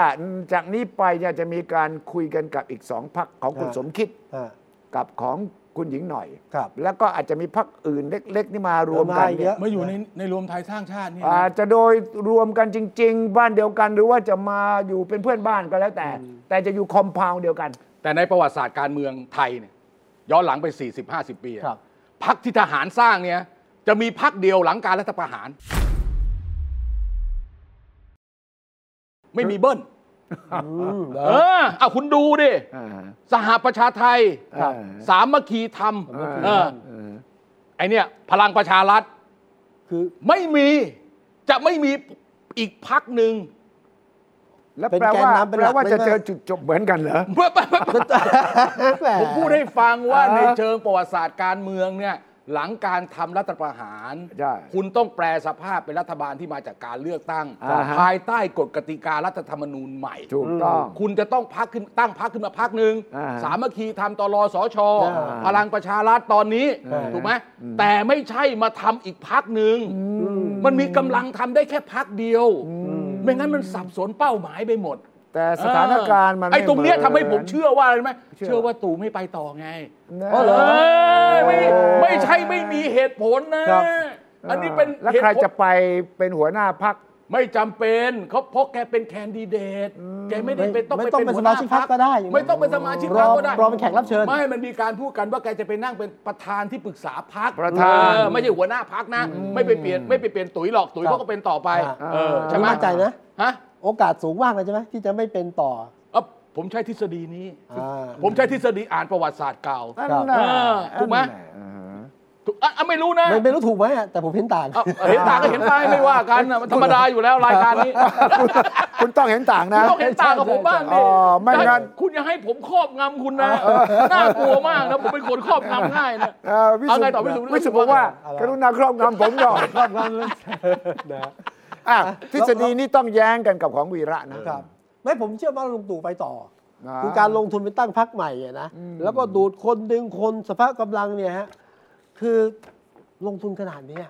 จากนี้ไปเนี่ยจะมีการคุยกันกับอีกสองพักของคุณ
อ่า
สมคิด
อ่า
กับของคุณหญิงหน่อย
ครับ
แล้วก็อาจจะมีพักอื่นเล็กๆนี่มารวมกัน
เย
เนี่
อะ
ย
มาอยู่ในในรวมไทยสร้างชาตินี่นะ
อาจจะโดยรวมกันจริง ๆ บ้านเดียวกันหรือว่าจะมาอยู่เป็นเพื่อนบ้านก็แล้วแต่ แต่จะอยู่คอมเพลเดียวกัน
แต่ในประวัติศาสตร์การเมืองไทยเนี่ยย้อนหลังไป 40 50 ปีอะ
ครับ
พักที่ทหารสร้างเนี่ยจะมีพักเดียวหลังการรัฐประหาร ไม่มีเบิ้ลเออเอาคุณดูดิ สหประชาไทย
ครับ
สามัคคีธรรมเออ
เออ
ไอเนี่ยพลังประชารัฐ
คือ
ไม่มีจะไม่มีอีกพักห นึ่ง
แล้ว
เป็น
แปลว่า
แกนนำเป็นห
แป
ลั
ล
ก
ว่าจะ
ไม่ว่า
เจอจุดจบเหมือนกันเหรอ
เพื่อ
แหม
ผมพูดให้ฟังว่า
เออ
ในเชิงประวัติศาสตร์การเมืองเนี่ยหลังการทำรัฐประหาร
ใช่
คุณต้องแปลสภาพเป็นรัฐบาลที่มาจากการเลือกตั้ง
อ่าฮะ
ภายใต้กฎกติการัฐธรรมนูญใหม่
ถูกต้อง
คุณจะต้องพักขึ้นตั้งพักขึ้นมาพักหนึ่ง
อ่า
สามัคคีทำตลอสอชอ
อ่า
พลังประชารัฐตอนนี้
อ่า
ถูกไหมแต่ไม่ใช่มาทำอีกพักหนึ่งมันมีกำลังทำได้แค่พักเดียว ไม่งั้นมันสับสนเป้าหมายไปหมด
แต่สถานการณ์มัน
ไอ้ตรงเนี้ย
ม่
ทำให้ผม
หอน
เชื่อว่าอะไรรู้ไหม
เชื่อ
เชื่อว่าตู่ไม่ไปต่อไง
นะ
อ๋อเหรอ
ยไม่ไม่ใช่ไม่มีเหตุผลนะครับ อันนี้เป็น
แล้ว
เหตุ
ใคร
ผล
จะไปเป็นหัวหน้าพัก
ไม่จำเป็นเขาเพราะแกเป็นแคนดิเดต แกไม่ได้เป็นต้อง
ไม่ต้องเป็
ไป็
น
หัวหน้
สมาชิกพรรคก็ได้อย่างนั้น
ไม่ต้องเป็นสมาชิกพรรคก็ได้
รอรอเป็นแขกรับเชิญ
ไม่มันมีการพูดกันว่าแกจะไปนั่งเป็นประธานที่ปรึกษาพรรค
ประธาน
เออไม่ใช่หัวหน้าพรรคนะ ไม่ไปเปลี่ยนไม่ไปเปลี่ยนตุ๋ยหรอกตุ๋ย
ครับ
เขาก็เป็นต่อไป
อ่า
เออใช่ไหม
มั่นใจนะ
ฮะ
โอกาสสูงมากเลยใช่ไหมที่จะไม่เป็นต่อ
เอ้าผมใช้ทฤษฎีนี้
อ่า
ผมใช้ทฤษฎีอ่านประวัติศาสตร์เก่า
ครับ
นั่นน่ะ
เออถูกไหม
นั่นน่ะอ่าฮะ
ถูกอ่ะอ่ะไม่รู้นะ
ไม่ไม่รู้ถูกไหมอะแต่ผมเห็นต่าง
เอ้าเห็นต่างก็เห็นไปไม่ว่ากันนะมันธรรมดาอยู่แล้วรายการนี้
คุณต้องเห็นต่าง
คุ
นะ
ณต้องเห็นต่างกับผมบ้างดิ
อ๋อไม่งั้น
คุณอย่าให้ผมครอบงำคุณนะ น่ากลัวมากนะ ผมเป็นคนครอบงำง่ายนะ
เอ่อวิสุท
เอาไง
ธิ์
ต่อวิสุทธิ์
วิสุทธิ์บอกว่า
อะไร
กรุณาครอบงำผมหน่อย
รอบงานเลยนะ
อ่ะทฤษฎีนี้ต้องแย้งกันกับของวีระนะ
ครับ ไม่ผมเชื่อว่าลุงตู่ไปต่ออา คือการลงทุนไปตั้งพรรคใหม่อะนะแล้วก็ดูดคนดึงคนสภาพกำลังเนี่ยฮะคือลงทุนขนาดเนี้ย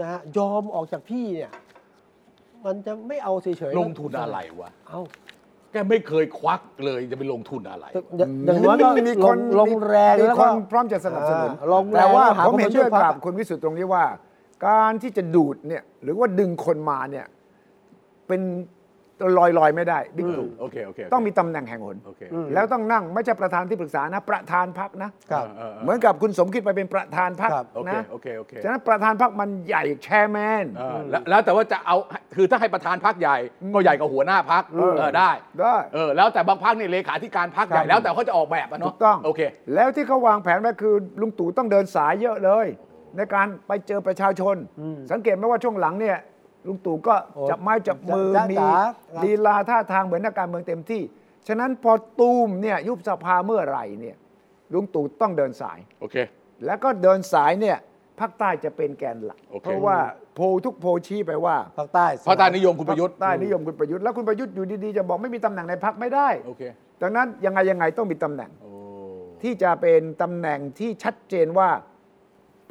นะฮะยอมออกจากพี่เนี่ย มันจะไม่เอาเฉยๆ
ลงทุนอะไรวะ
เอา
แกไม่เคยควักเลยจะไปลงทุนอะไร
แต่อย่างอย่างน้อยก็
มี
มี
ค
คน นลงแรง
มี
แล้ว
ค
ก็
นพร้อมจะสนับสนุน
อ่าลงแรง
แต่ว่า
แล้วหา
ผมเห็
ค
น
นมาช่
ด้ว
วย ยพรรค
กับคุณวิสุทธิ์ตรงนี้ว่า การที่จะดูดเนี่ยหรือว่าดึงคนมาเนี่ยเป็น ลอยลอยๆไม่ได้บิ๊กตู่
โอเคโอเค
ต้องมีตำแหน่งแห่งหน
โอเค
แล้วต้องนั่งไม่ใช่ประธานที่ปรึกษานะ ประธานพักนะ
ครับ
เออเออ
เหมือนกับคุณสมคิดไปเป็นประธานพัก
ครับ
โอเค
นะ
โอเคโอเค
ฉะนั้นประธานพักมันใหญ่แชร์แมน
เออแล้วแล้วแต่ว่าจะเอาคือถ้าให้ประธานพักใหญ่ก็ใหญ่กว่าหัวหน้าพัก
เออ
เออได้
ได้
เออแล้วแต่บางพักเนี่ยเลขาธิการพักใหญ่แล้วแต่เขาจะออกแบบอะ
ถู
เนาะ
กต้อง
โอเค
แล้วที่เขาวางแผนไว้คือลุงตู่ต้องเดินสายเยอะเลย ในการไปเจอประชาชน สังเกตไหมว่าช่วงหลังเนี่ยลุงตู่ก็
โอ้
จับไม้จับมือ
จ๊ะ
มี
จ๊ะ
ลีลาท่าทางเหมือนนักการเมืองเต็มที่ ฉะนั้นพอตูมเนี่ยยุบสภาเมื่อไหร่เนี่ยลุงตู่ต้องเดินสาย
โอเค
แล้วก็เดินสายเนี่ยภาคใต้จะเป็นแกนหลัก
โอเค
เพราะว่าโพลทุกโพลชี้ไปว่า
ภาคใต้
เพราะตานิยมคุณประยุทธ์
ภาคใต้นิยมคุณประยุทธ์แล้วคุณประยุทธ์อยู่ดีๆจะบอกไม่มีตำแหน่งในพักไม่ได้
โอเค
ดังนั้นยังไงยังไงต้องมีตำแหน่ง
โอ้
ที่จะเป็นตำแหน่งที่ชัดเจนว่า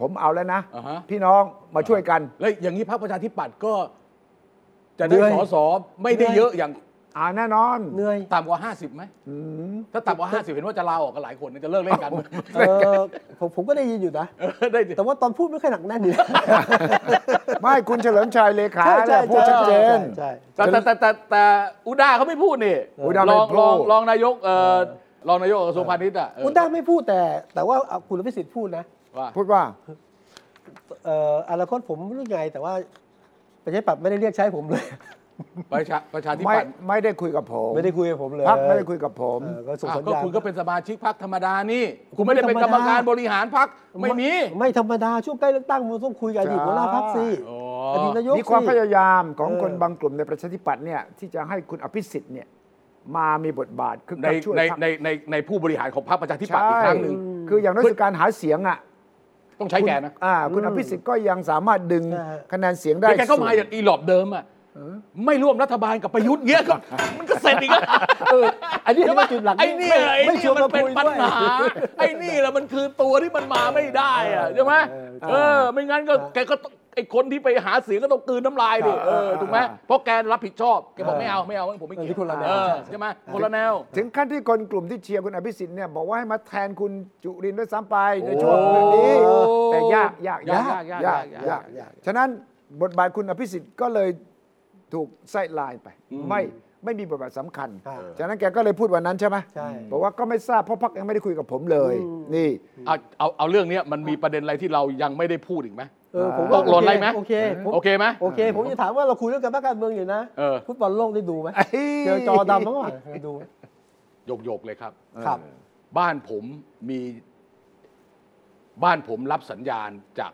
ผมเอาแล้วนะ
อ่าฮะ
พี่น้องมาช่วยกัน
แล้วอย่างนี้พรรคประชาธิปัตย์ก็ จะได้สอสอไม่ได้เยอะอย่าง
อ่าแน่นอน
เหนื่อย
ต่ำกว่า 50ไหม
อืม
ถ้าต่ำกว่า 50 เห็นว่าจะลาออกกันหลายคนนะจะเลิกเล่นการเมือง
เออผมผมก็ได้ยินอยู่นะ
เออได้ดิ
แต่ว่าตอนพูดไม่ค่อยหนักแน่นนี่นะ
ไม่คุณเฉลิมชัยเลขา
ใช่ใช่
แหละพูดชัดเจน
ใช่
แต่แต่แต่แต่แต่อุด้าเขาไม่พูดนี่
อุด้าไม่
ลอง
พูด
ลองรองนายกเอ่อรองนายกกระทรวงพาณิชย์อ่ะเ
คุณด้าไม่พูดแต่แต่ว่าเอาคุณพิสิทธิ์พูดนะ
ว่า
พูดว่า
เอ่ออนาคตผมไม่รู้ไง แต่ว่าประชาธิปัตย์ไม่ได้เรียกใช้ผมเลย
ประชาประชาธิ
ไม่
ปัตย์
ไม่ได้คุยกับผม
ไม่ได้คุยกับผมเลย
พักไม่ได้คุยกับผม
เออก็ส่ง
อ่ะ
สัญ
ก็
ญาณ
คุณก็เป็นสมาชิกพรรคธรรมดานี่
คุ
คุณ
ณ
ไม่ได้เป็นกรรมกา
ธรร
ร
มดา
บริหารพรรคไม่มี
ไม่ธรรมดา ช่วงใกล้เลือกตั้งมันต้องคุยกับอดีตหัวหน้าพรรคสิ
อ๋อ
อดีตนายก
มีความ
สิ
พยายามของ
เออ
คนบางกลุ่มในประชาธิปัตย์เนี่ยที่จะให้คุณอภิสิทธิ์เนี่ยมามีบทบาทคือ
ใน
การช่วย
ใน
พรรค
ในในในผู้บริหารของพรรคประชาธิปัตย์อีกครั้งหนึ่ง
ใช่คืออย่างน้อยคือการหาเสียงอ่ะ
ต้องใช้แกนะ
อ่าคุณอภิสิทธิ์ก็ยังสามารถดึง
ใช่
คะแนนเสียงได้
แกเข้ามา
สูง
จากอีหลอบเดิมอ่ะไม่ร่วมรัฐบาลกับประยุทธ์เยอะก็ มันก็เสร็จอีกแล้ว
เอออันนี้
ใช่
เป็นจุดหลัก
ไอ้นี่แหละไอ้
ไม่ช
นี่
วน
มัน
มา
เป็น
คุย
ปัญ
ด้วย
หาไอ้นี่แหละมันคือตัวที่มันมาไม่ได้อ่ะใช่ไหม
เออ
เออ ไม่งั้นก็แกก็ต้องไอ้คนที่ไปหาเสียงก็ต้องกลืนน้ำลายดิเออถูกไหม
อ่า
เพราะแกรับผิดชอบแกบอก
เออ
ไม่เอาไม่เอาผมไม่
เอ
เกี่
อที่
ยว
คนละแนว
เออ
ใช่ใช่
ใช่ไหมคนละแนว
ถึงขั้นที่คนกลุ่มที่เชียร์คุณอภิสิทธิ์เนี่ยบอกว่าให้มาแทนคุณจุรินทร์ด้วยซ้ำไปในช่วงแบบนี้
โอ้
แต่ยากยาก
ยากยากยากยาก
ยากฉะนั้นบทบาทคุณอภิสิทธิ์ก็เลยถูกไส้ลายไปไม่ไม่มีบทบาทสำคัญ
ครับ
ฉะนั้นแกก็เลยพูดวันนั้นใช่ไหม
ใช่
บอกว่าก็ไม่ทราบเพราะพักยังไม่ได้คุยกับผมเลย นี่
เอาเอาเอาเรื่องเนี้ยมันมีประเด็นอะไรที่เรายังไม่ได้พูดอีกไหม
เออผมว่า
ตกหล่นอะไรไหม
โอเคผม
โอเคไหม
โอเค ผมจะถามว่าเราคุยเรื่องการบ้านการเมืองอยู่นะ
เออ
ฟุตบอลโลกได้ดูไหม
เอ้ย
เจอจอดำบ้างวะดูไหม
โยกโยกๆเลยครับ
ครับ
บ้านผมมีบ้านผมรับสัญญาณจาก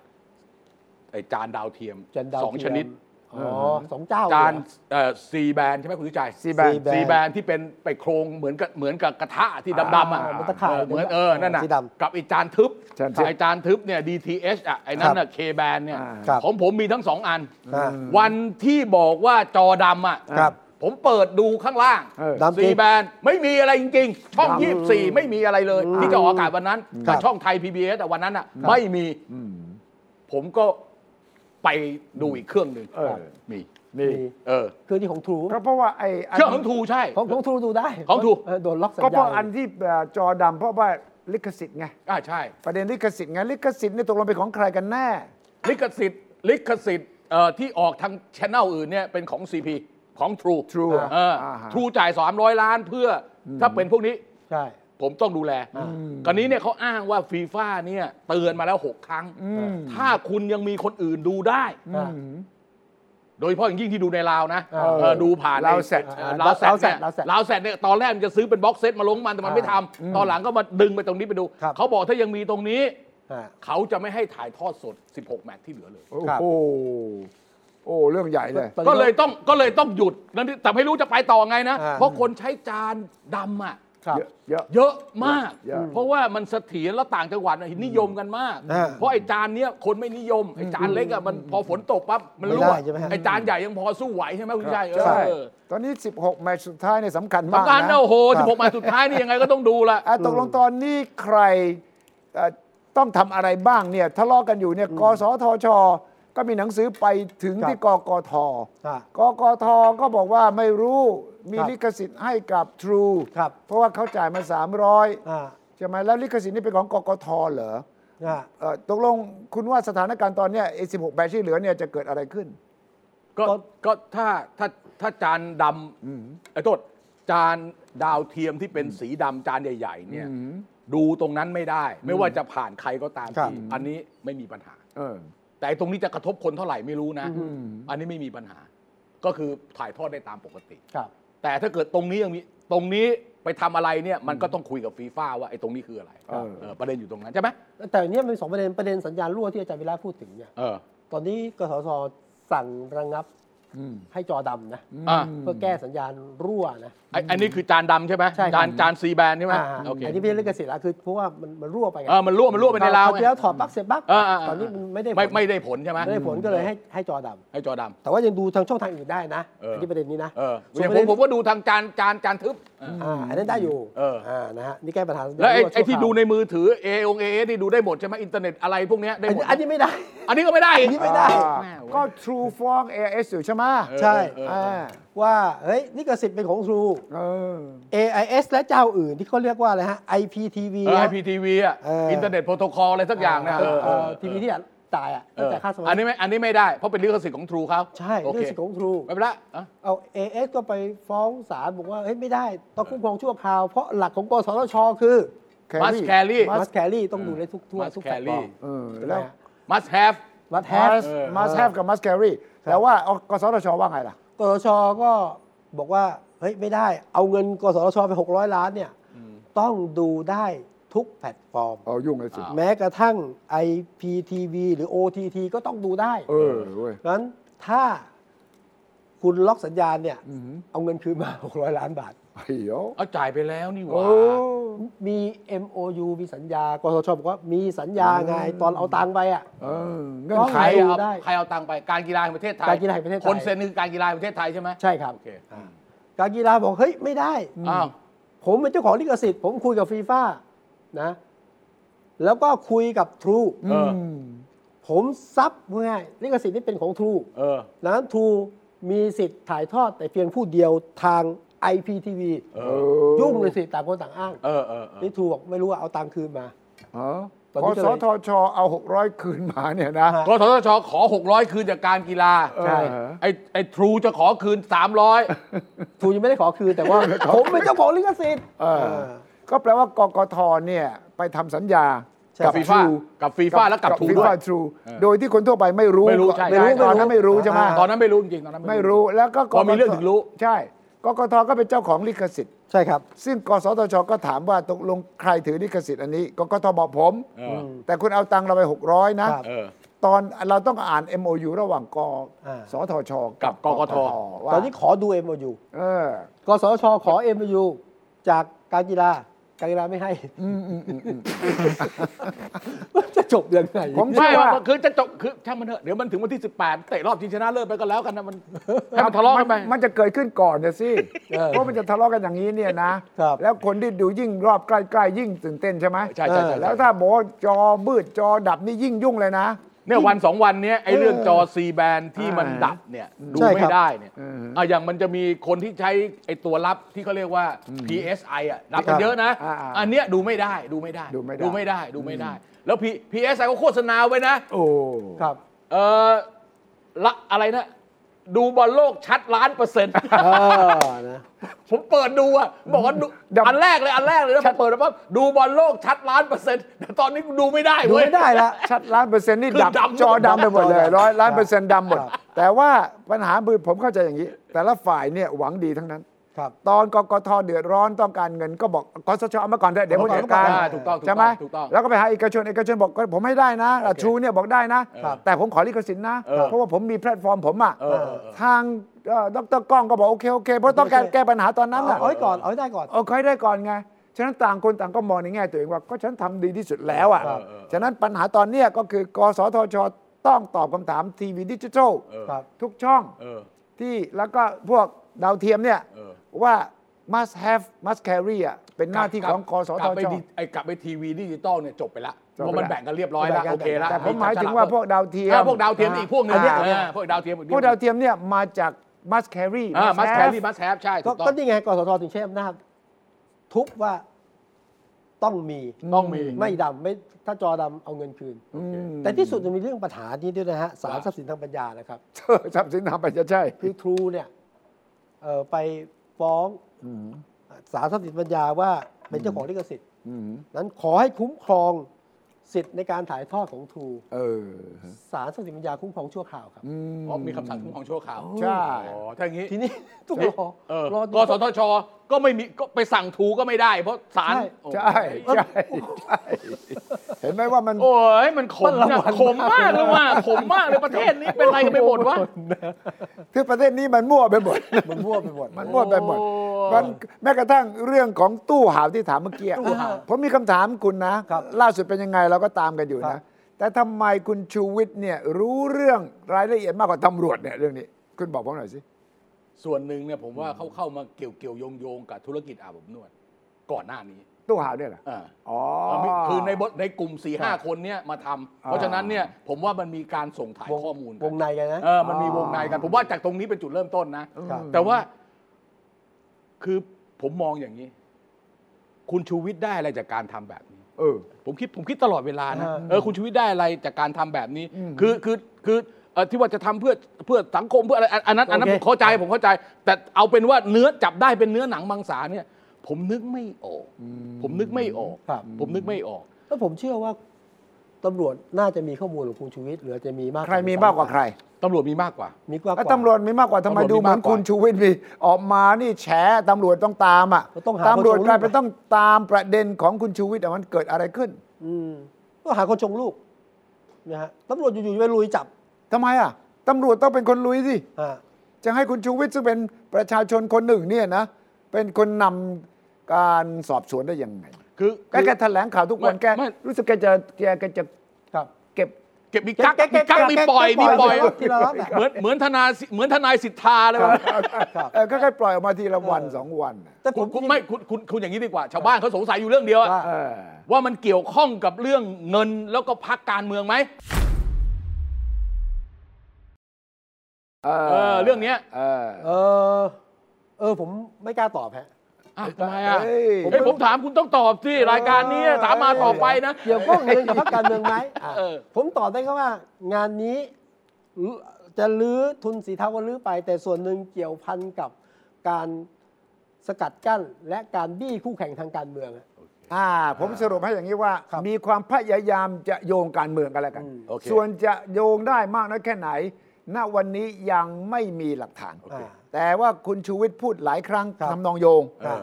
ไอจานดาวเทียม
จันดาว
สอง
เทียม
ชนิด
อ๋อสองเจ้า
จาน
เหรอ
ซีแบนใช่ไหมคุณสุจัย
C-band
ซีแบนที่เป็นไปโครงเหมือนกับเหมือนกับกระทะที่ดำๆอ่ะ
อ่ามันตะข่าย
เออเหมือนเออนั่นน่ะ
สีดำ
กับไอจานทึบ
จานทึบ
ไอจานทึบเนี่ย DTH อ่ะไอนั้นน่ะ K แบนเนี่ย
อ่า
ครับ
ของผมมีทั้งสองอัน
อ่า
วันที่บอกว่าจอดำอ่ะ
ครับ
ผมเปิดดูข้างล่าง
เออ
ดำจริง
ซีแบนไม่มีอะไรจริง ๆ ช่อง 24 ไม่มีอะไรเลย ที่จะออกอากาศวันนั้น
ครั
แต่
บ
ช่องไทย PBS แต่วันนั้นอ่ะไม่มี ผมก็ไปดูอีกเครื่องหนึ่ง
เออ
มี
นี่
มี
เออ
คือที่ของทรู
ก็เพราะว่าไอ้อัน
เครื่องของทูใช่
ของของทรูดูได้
ของ True
เโดนล็อกสัญญาณ
ก็เพราะอันที่เอ่อจอดำเพราะว่าลิขสิทธิ์ไง
อ่าใช่
ประเด็นลิขสิทธิ์ไงลิขสิทธิ์เนี่ยตกลงเป็นของใครกันแน่
ลิขสิทธิ์ลิขสิทธิ์เอ่อที่ออกทางช anel อื่นเนี่ยเป็นของ CP ของ True
True
เออ
อ่าฮะ
ทรูจ่าย 300 ล้านเพื่ออถ้าเป็นพวกนี้
ใช่
ผมต้องดูแลกรณีเนี่ยเขาอ้างว่าฟีฟ่าเนี่ยเตือนมาแล้ว 6 ครั้ง ถ้าคุณยังมีคนอื่นดูได้ โดยเฉพาะอย่างยิ่งที่ดูในลาวนะ
เออ
เออดูผ่าน
ลาวแซต
เอ่อลาวแซตเนี่ย
ลาวแซต
ลาวแซตเนี่ยตอนแรกมันจะซื้อเป็นบ็อกเซตมาลงมันแต่มันไม่ทำตอนหลังก็มาดึงไปตรงนี้ไปดู
ครับ
เขาบอกถ้ายังมีตรงนี้
อ่า
เขาจะไม่ให้ถ่ายทอดสด 16 แมตช์ที่เหลือเลย
โอ้
ครับ
โหโอ้เรื่องใหญ่เลย
ตอนนี้
ก็เลยต้องก็เลยต้องหยุดนั่นที่แต่ไม่รู้จะไปต่อไงนะ
อ่า
เพราะคนใช้จานดำอ่ะ
ครับ
เยอะเยอะ
เยอะมาก
เยอะ
เพราะว่ามันเสถียรแล้วต่างจังหวัดน่ะนิยมกันมาก
อ่า
เพราะไอ้จานเนี้ยคนไม่นิยมไอ้จานเล็กอ่ะมันพอฝนตกปั๊บมันรั่
ไม่
ว
ได้ใช่ไหมฮะ
ไอ้จานใหญ่ยังพอสู้ไหวใช่ไหมคุณชาย
ใช่
เออ
ตอนนี้ 16 แมตช์สุดท้ายเนี่ยสำคัญมาก
สำคัญ
นะ
นะโอ้โห16แมตช์สุดท้ายนี่ยังไงก็ต้องดูละ
อ่ะตกลงตอนนี้ใครเอ่อต้องทำอะไรบ้างเนี่ยทะเลาะกันอยู่เนี่ยกสทช ก็มีหนังสือไปถึง
ครับ
ที่กกท
อ่ะ
กกทก็บอกว่าไม่รู้มี
ครับ
ลิขสิทธิ์ให้กับ True
ครับ
เพราะว่าเขาจ่ายมา
อ่า
300 ใช่ไหมแล้วลิขสิทธิ์นี่เป็นของกกทเหรอ
อ่า
เอ่อตกลงคุณว่าสถานการณ์ตอนเนี้ยไอ้16แมตช์ที่เหลือเนี่ยจะเกิดอะไรขึ้น
ก็
ก็
ก็ถ้าถ้าถ้าจานดำไอ้โทษจานดาวเทียมที่เป็นสีดำจานใหญ่ๆเนี่ยดูตรงนั้นไม่ได้ ไม่ว่าจะผ่านใครก็ตาม
ครับ
ทีอันนี้ไม่มีปัญหา
เออ
แต่ไอ้ตรงนี้จะกระทบคนเท่าไหร่ไม่รู้นะ
อืม
อันนี้ไม่มีปัญหา ก็คือถ่ายทอดได้ตามปกติ
ครับ
แต่ถ้าเกิดตรงนี้ยังมีตรงนี้ไปทำอะไรเนี่ยมันก็ต้องคุยกับฟีฟ่าว่าไอ้ตรงนี้คืออะไร
เออ
เออประเด็นอยู่ตรงนั้นใช่ไหม
แต่เนี่ยเป็นสองประเด็นประเด็นสัญญาณรั่วที่อาจารย์วิระพูดถึงเนี่ย
เออ
ตอนนี้กสศสั่งระงับ
อืม
ให้จอดำนะ
อ่ะ
เพื่อแก้สัญญาณรั่วนะ
ไอ้ไอันนี้คือจานดำใช่ไหม
ใช่ครับ
จานจานซีแบนใช่ไหม
อ่า
โอเค
อันนี้ไม่ใช่เรื่องเกษตรละคือเพราะว่ามันมันรั่วไปไง
เออมันรั่วมันรั่วไปในรา
ค
วไง
วที่แล้วถอดปลั๊กเสร็จปั๊บ
เออเออเออ
ตอนนี้มันไม่ได้ผล
ไม่ไม่ได้ผลใช่ไหม
ไม่ได้ผลก็เลยให้ให้จอดำ
ให้จอด
แต่ว่ายังดูทางช่องทางอื่นได้นะ
เอออั
นนี้ประเด็นนี้นะ
ำเออ
ส่ว
อน ย่า
ประ
งผ
เด็
ม
น
ผมก็ดูทางจานจานจานทึบ
อ่าอันนั้นได้อยู่
เอออ่
นะฮะนี่แก้ปัญหาสัญญาณ
แล้วไอ้
รั่
ไอ้ที่
ชั่วคราว
ดูในมือถือเอองเอที่ดูได้หมดใช่ไหมอินเทอร์เน็ตอะไรพวกเนี้ยได้
อัน
หมด
นี้อันนี้ไม่ ได้
อันนี้ก็ไม่ได้อีก
ไม่ได้
อ่าก็ True f o r AS อยู่ใช่ไหม
ใช่
เออเออเออ
อ่า
ว่าเฮ้ยนี่กสิทธิ์เป็นของทรู
เออ
AIS และเจ้าอื่นที่เขาเรียกว่าอะไรฮะ IPTV
เออ
นะ
ไอพีทีวีอ่ะ
เอออิ
อินเทอร์เน็ตโปรโตคอลอะไรสักอย่างนะเออเออ
ทีวีที่จ่ายอ่ะ
เอ
ต้อง
อ
จ่ายค่าสมัคร
อันนี้ไม่อันนี้ไม่ได้เพราะเป็นลิขสิทธิ์ของทรูเขา
ใช่
โอ
เรื่อง
เค
สิทธิ์ของทรู
ไม่เป็นไรอ่ะ
เอา AS ก็ไปฟ้องศาลบอกว่าเฮ้ยไม่ได้ต้องคุ้มครองชั่วคราว เพราะหลักของกสทชคือ
must
Carry
carry
must carry ต้องดูได้ทุกทั่ว
must
ทุกแพลตฟอร์ม
carry
เออ
ใช่ไหม
แล้ว
ฮะ
must have
must have
must must have กับ must carry แต่ว่ากสทชว่าไงล่ะ
กสทชก็บอกว่าเฮ้ยไม่ได้เอาเงินกสทชไป 600 ล้านเนี่ยต้องดูได้ทุกแพลตฟอร์ม
เอายุ่งเลยสิ
อ้าว
แม้กระทั่ง IPTV หรือ OTT ก็ต้องดูได้
เออเว้ย
งั้นถ้าคุณล็อกสัญญาณเนี่ย
อือหือ
เอาเงินคืนมา 600 ล้านบาท
เหี่ยว
เอาจ่ายไปแล้วนี่ห
โอ้
ว่า
มี MOU มีสัญญากสทชบอกว่ามีสัญญาไง ตอนเอาตังค์ไปอ่ะ
เออเงื่อนไข
ใคร
ต้ง
เอา
ได้
ใครเอาตังค์ไปการกีฬาแห่งประเทศไทย
การกีฬาแห่งประเทศไทย
คนเซ็นคือการกีฬาแห่งประเทศไทยใช่ไหม
ใช่ครับ
โอเค
อ่าการกีฬาบอกเฮ้ย ไม่ได้
อ้าว
ผมเป็นเจ้าของลิขสิทธิ์ ผมคุยกับฟีฟ่านะ แล้วก็คุยกับทรู
เออ
ม
ผมซับง่ายลิขสิทธิ์นี่เป็นของทรู
เออ
ดังนั้นทรูมีสิทธิ์ถ่ายทอดแต่เพียงผู้เดียวทาง IPTV
เอ
เอ
อ
อ
ยุ่งเลยสิต่างคนต่างอ้าง
เออเออเออ
นี่ทรูบอกไม่รู้ว่าเอาตังค์คืนมา
เออ
ตอน
ก
นี้ก็
ส
เลย
ทชเอา 600 คืนมาเนี่ยนะ
กสทชขอ 600 คืนจากการกีฬา
ใช่
เออ
ไอ้ไอ้ทรูจะขอคืน 300
ทูยังไม่ได้ขอคืนแต่ว่า ผมเป็นเจ้าของลิขสิทธิ์
เออ
เออ
ก็แปลว่ากกทเนี่ยไปทำสัญญา
ใช่
กั
กับฟีฟ่า
True
กับฟีฟ่าและกับทรู
ฟี
ด้วย
ฟ่าทรูโดยที่คนทั่วไปไม่รู้
ไม่รู้ใช่
ไม่รู้
ใช่
ตอนนั้นไม่รู้ใช่ไหม
อ่า
ตอนนั้นไม่รู้จริงๆตอนนั้น
ไม่รู้แล้วก็
พอมีเรื่องถึงรู้
ใช่กกทก็เป็นเจ้าของลิขสิทธิ์
ใช่ครับ
ซึ่งกสทชก็ถามว่าตกลงใครถือลิขสิทธิ์อันนี้กกทบอกผม
เออ
แต่คุณเอาตังค์เราไป 600 นะ
ครับ
เออ
ตอนเราต้องอ่าน MOU ระหว่างก
อ่า
สทช
กับกกท
ว่า
ตอนนี้ขอดู MOU
เออก
สชขอ MOU จากการกีฬาการกีฬาไม่ให้
อืมอืมอืมอืม
จะจบยังไง
ผม
ไม่
เชื่อว่า
ว่าคือจะจบคือช่างมันเถอะเดี๋ยวมันถึงวันที่ 18 เตะรอบชิงชนะเลิศไปก็แล้วกันนะมันให้มันทะเลาะกันไป
มันจะเกิดขึ้นก่อนเนี่ยสิ
เออ
เพราะมันจะทะเลาะกันอย่างนี้เนี่ยนะ
ครับ
แล้วคนที่ดูยิ่งรอบใกล้ๆยิ่งตื่นเต้นใช่ไหม
ใช่ใช่ใช่
เออแล้วถ้าบอกว่าจอมืดจอดับนี่ยิ่งยุ่งเลยนะ
เนี่ยวันสองวันเนี้ยไอ้เรื่องจอซีแบนที่มัน
อ่า
ดับเนี่ยดู
ใช่ครั
ไม่
บ
ได้เนี่ย
อืม
อ่ะอย่างมันจะมีคนที่ใช้ไอ้ตัวรับที่เขาเรียกว่า PSI อ่ะรับกันเยอะนะ
อ่าอ่า
อันเนี้ยดูไม่ได้ดูไม่ได้
ดูไม่ได้
ดูไม่ได้ดูไม่ได้ แล้ว P PSI ก็โฆษณาไว้นะ
โอ้
ครับ
เออละอะไรนะ ดูบอลโลกชัดล้านเปอร์เซ็นต์
เออนะ
ผมเปิดดูอ่ะบอกว่าดูอันแรกเลยอันแรกเลยแล้วพอเปิดแล้วปั๊บดูบอลโลกชัดล้านเปอร์เซ็นต์แต่ตอนนี้ดูไม่ได้
ดู
เว้ย
ไม่ได้ละ
ชัดล้านเปอร์เซ็นต์นี่ดับ
คือดำ
จอดำไปหมดเลย
ดำ
ร้อยล้า
ค
น
รับ
เปอร์เซ็นต์ดำหมด
ครับ
แต่ว่าปัญหาบือผมเข้าใจอย่างนี้ แต่ละฝ่ายเนี่ยหวังดีทั้งนั้น
ครับ
ตอนกกทเดือดร้อนต้องการเงินก็บอกกสชเอามาก่อนเถอะเดี๋ยวผมจัดการ
อ่าถูกต้องถูกต้อง
ใช่ไหม
ถูกต้อง
แล้วก็ไปหาเอกชนเอกชนบอกก็ผมให้ได้นะอ่ะชูเนี่ยบอกได้นะ
ครับ
แต่ผมขอลิขสิทธิ์นะ
เออ
เพราะว่าผมมีแพลตฟอร์มผมอ่ะ
เออเออเออ
ทางเอ่อดรก้องก็บอกโอเคโอเคเพราะต้องการ
โอเค
แก้ปัญหาตอนนั้นอ่ะ
เอาให้ก่อนเอาให้ได้ก่อน
เอาใครได้ก่อนไงฉะนั้นต่างคนต่างก็มองในแง่ตัวเองว่าก็ฉันทำดีที่สุดแล้วอ่ะ
ครับ
ฉะนั้นปัญหาตอนเนี้ยก็คือกสทชต้องตอบคำถามทีวีดิจิทัล
ครับ
ทุกช่อง
เออ
ที่แล้วก็พวกดาวเทียมเนี่ย
เออ
ว่า must have must carry อ่ะเป็นหน้าที่ของกส
ก
ท
ลับไป
ช
ดิไอ้กลับไปทีวีดิจิตอลเนี่ยจบไปละ
จบไปละ
เพราะมันแบ่งกันเรียบร้อยละ
แบ่งกัน
โอเคละ
แต่ผม
นี่
หมายถึงว่าพวกดาวเทียม
อ่าพวกดาวเทียมอีกพวกหนึง
อันเนี้ย
เออพวกดาวเทียมอีก
พวกดาวเทียมเนี่ยมาจาก must carry
อ่ามัส
must
แค
have
รี่มัสแฮปใช่
ก็
ถูกต้อ
ก็
ง
นี่ไงกสทชถึงใช้อำนาจทุบว่า ต้องมี
ต้องมี
ไม่ดำไม่ถ้าจอดำเอาเงินคืน
อืม
แต่ที่สุดมันมีเรื่องปัญหานี้ด้วยนะฮะสารทรัพย์สินทางปัญญานะครับ
เออทรัพย์สินทางปัญญาใช่
คือทรูเนี่ยเอ่อไปฟ้อง
อืม
สารทรัพย์สินปัญญาว่าเป็นเจ้าของลิขสิทธิ์
อืม
นั้นขอให้คุ้มครองสิทธิ์ในการถ่ายทอดของทรู
เออ
สารทรัพย์สินปัญญาคุ้มครองชั่วคราวครับ
อืม
เพราะมีคำสั่งคุ้มครองชั่วคราว
ใช่
อ๋อถ้าอย่างนี้
ทีนี้ต้องรอ
เออ
รอก ดู
สทช ก็ไม่มีก็ไปสั่งถูก็ไม่ได้ เพราะศาล
ใช่
โอ้
ใช่ใช่ใช่เห็นไหมว่ามัน
โอ้ยมันขมนะขมมากเลยว่ะขมมากเลยประเทศนี้เป็นไรกันไปหมดวะ
คือประเทศนี้มันมั่วไปหมด
มันมั่วไปหมด
มันมั่วไปหมด
โอ้
มันแม้กระทั่งเรื่องของตู้ห่าวที่ถามเมื่อกี้
ตู้ห่าว
ผมมีคำถามคุณนะ
ครับ
ล่าสุดเป็นยังไงเราก็ตามกันอยู่
ครับ
นะแต่ทำไมคุณชูวิทย์เนี่ยรู้เรื่องรายละเอียดมากกว่าตำรวจเนี่ยเรื่องนี้ คุณบอกผมหน่อยสิ
ส่วนหนึ่งเนี่ยผมว่าเขาเข้ามาเกี่ยวเกี่ยวโยงโยงๆกับธุรกิจอาบอบนวด ก่อนหน้านี้
ตู้ห่าวเนี่ยเหรอ
อ่า
อ๋อ
คือในบทในกลุ่ม4ี่ห้าคนเนี่ยมาทำเพราะฉะนั้นเนี่ยผมว่ามันมีการส่งถ่ายว
ง
ข้อมูลกั
วงในกันนะ
เออมันมีวงในกัน ผมว่าจากตรงนี้เป็นจุดเริ่มต้นนะ
ครับ
แต่ว่าคือผมมองอย่างนี้ คุณชูวิทย์ได้อะไรจากการทำแบบนี้
เออ
ผมคิดผมคิดตลอดเวลานะ
อ่า
เออคุณชูวิทย์ได้อะไรจากการทำแบบนี้ คือคือคือเอ่อที่ว่าจะทำเพื่อเพื่อสังคมเพื่ออะไรอันอันนั้นอันนั้นผมเข้าใจผมเข้าใจ แต่เอาเป็นว่าเนื้อจับได้เป็นเนื้อหนังมังสาเนี่ย ผมนึกไม่ออก ผมนึกไม่ออก
ครับ
ผมนึกไม่ออก
แล้วผมเชื่อว่าตำรวจน่าจะมีข้อมูลของคุณชูวิทย์หรือจะมีมาก
ใครมีมากกว่าใคร
ตำรวจมีมากกว่า
มีมากก
แล้ว
ว่า
ตำรวจมีมากกว่าทำ
ตำ
ไม
รวจมี
ดูเหมือ
มาน กกว่า
คุณชูวิทย์มีออกมานี่แฉตำรวจต้องตามอ่ะ
ก็ต้องหา
ตำรวจ
คนชูวิทย์
กลายเป็นต้องตามประเด็นของคุณชูวิทย์อ่ะมันเกิดอะไรขึ้น
อืมก็หาคนชงลูกนะฮะตำรวจอยู่ๆไปลุยจับ
ทำไมอ่ะตำรวจต้องเป็นคนลุยสิ
อ่า
จะให้คุณชูวิทย์ซึ่งเป็นประชาชนคนหนึ่งเนี่ยนะ เป็นคนนำการสอบสวนได้ยังไง
คือ
แกแกแถลงข่าวทุกวัน
ไม่
แก
ไม่
รู้สึกแกจะแกแกจะ
ครับ
เก็บ
เก็บมีกักมีกักมีปล่อยมีปล่อย
แกะทีละรอบแหละ
เหมือนเหมือนทนายเหมือนทนายสิทธาเลยว่ะ
เออก็แค่ปล่อยออกมาทีละวันสองวันน่ะ
แต่ผ
คุณ
ม
คุณไม่คุณคุณคุณอย่างนี้ดีกว่า ชาวบ้านเขาสงสัยอยู่เรื่องเดียวอะ
ว่า
เออ
ว่ามันเกี่ยวข้องกับเรื่องเงินแล้วก็พักการเมืองไหม
เออ
เออเรื่องเนี้ย
เออ
เออ เออ ผมไม่กล้าตอบฮะ
อ่ะทำไมอ่ะ
เอ้ย
เฮ้ยผมถามคุณต้องตอบสิรายการนี้ ถามมาตอบไปนะ
เกี่ยวข้องเงินกับพรรคการเมืองไหมอ่ะ
เออ
ผมตอบได้แค่ว่างานนี้จะลื้อทุนสีเทาก็ลื้อไป แต่ส่วนหนึ่งเกี่ยวพันกับการสกัดกั้น และการบี้คู่แข่งทางการเมืองอะ
อ่าผมสรุปให้อย่างนี้ว่า
ครับ
มีความพยายามจะโยงการเมืองกันแล้วกัน
อืม
โอเค
ส่วนจะโยงได้มากน้อยแค่ไหน ณวันนี้ยังไม่มีหลักฐาน
โอเค
แต่ว่าคุณชูวิทย์พูดหลายครั้ง
ครับ
ทำนองโยง
อ่ะ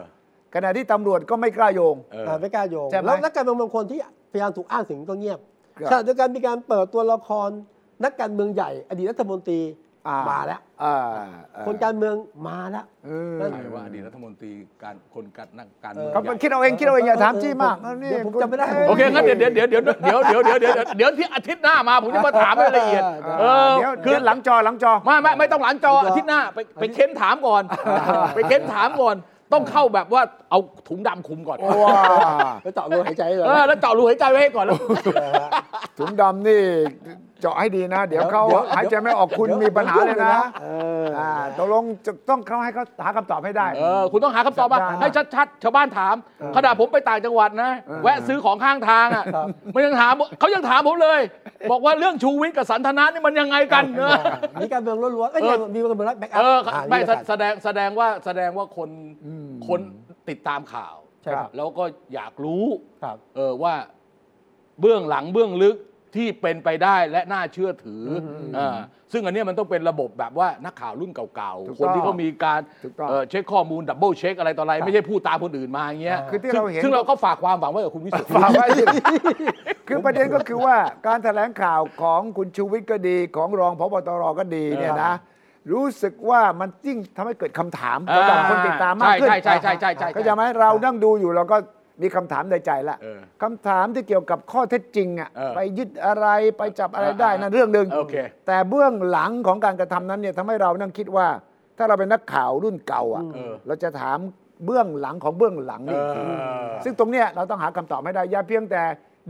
ขณะที่ตำรวจก็ไม่กล้าโยง
เออ
อ่ะไม่กล้าโยง
ใช่ไหม
แล้วนักการเมืองบางคนที่พยายามถูกอ้างถึงก็เงียบ
ครับ
ขณะเดียวกันมีการเปิดตัวละครนักการเมืองใหญ่ อดีตรัฐมนตรี
อ่าม
มาแล้ว
อ่า
คนการเมืองมาแล้ว
เออ
นั่น
ใครว่าอดีตรัฐมนตรีการคนกัดนักการเมือง
เขา
ใหญ่
คิดเอาเองคิดเอาเองอย่าถามจี้มาก
เออ
นี่
เดี๋ยวผม
ณ
จำไม่ได้
โอเคงั้นเดี๋ยวเดี๋ยวเดี๋ยวเดี๋ยวเดี๋ยวเดี๋ยวเดี๋ยวเดี๋ยวเดี๋ยวที่อาทิตย์หน้ามาผมจะมาถามรายละเอียดเอ
เอ
อ
อเดี๋ยว
คื
คือ อหลังจอหลังจอ
ไม่ไม่ไม่ต้องหลังจออาทิตย์หน้าไปไปเค้นถามก่อน ไปเค้นถามก่อน ต้องเข้าแบบว่าเอาถุงดำคลุมก่อน
ว้า
แล้วเจาะรูหายใจเลย
เออแล้วเจาะรูหายใจไว้ให้ ก่อนแล้ว
ถุงดำนี่เจาะให้ดีนะ เดี๋ยวเขาหายใจไม่ออกคุณมีปัญหาเลยนะ
เอออ่า
อ่าตกลงจะต้องเขาให้เขาหาคำตอบให้ได้
เออคุณต้องหาคำตอบมา
สัปดาห์หน้า
ให้ชัดๆชาวบ้านถามขณะผมไปต่างจังหวัดนะ แวะซื้อของข้างทางอ่ะ
ครับ
มันยังถามเขายังถามผมเลย บอกว่าเรื่องชูวิทย์กับสันทนานี่มันยังไงกันเนอะ
มีการเมืองล้วนๆเอ้ยมีการเมืองล้วนแบ็กอั
เอ
พ
อ
หา
ไม่
วิธีการ
แสดงแสดงว่าแสดงว่าคนคนติดตามข่าว
ใช่ครับ
แล้วก็อยากรู้
ครับ
เออว่าเบื้องหลังเบื้องลึกที่เป็นไปได้และน่าเชื่อถือออ่าซึ่งอันเนี้ยมันต้องเป็นระบบแบบว่านักข่าวรุ่นเก่า
ถูก
ๆ
ต้
คน
อง
ที่เขามีการ
ถูกต้อง
เอ่อเช็คข้อมูลดับเบิลเช็คอะไรต่ออะไร ไม่ใช่พูดตามคนอื่นมาอย่างเงี้ย
คือที่
ซึ่ง
เราเห็น
ซึ่งเราก็ฝากความหวังไว้กับคุณวิสุทธิ์
ฝากไว้ดิ คือประเด็นก็คือว่าการแถลงข่าวของคุณชูวิทย์ก็ดีของรองพบตรก็ดีเนี่ยนะ รู้สึกว่ามันยิ่งทำให้เกิดคำถามต่างคนติดตามมากขึ้น
ใช่ใช่ใช่ใช่ใช่ใช่
ก็จะไหมเรานั่งดูอยู่เราก็มีคำถามในใจละ
เออ
คำถามที่เกี่ยวกับข้อเท็จจริงอ่ะ
เออ
ไปยึดอะไรไปจับอะไรได้นั่น
เออ
เรื่องหนึ่ง
โอเค
แต่เบื้องหลังของการกระทำนั้นเนี่ยทำให้เรานั่งคิดว่า ถ้าเราเป็นนักข่าวรุ่นเก่าอ่ะ
เออ
เราจะถามเบื้องหลังของเบื้องหลัง
เอ
นี่
อ
ซึ่งตรงเนี้ยเราต้องหาคำตอบให้ได้อย่าเพียงแต่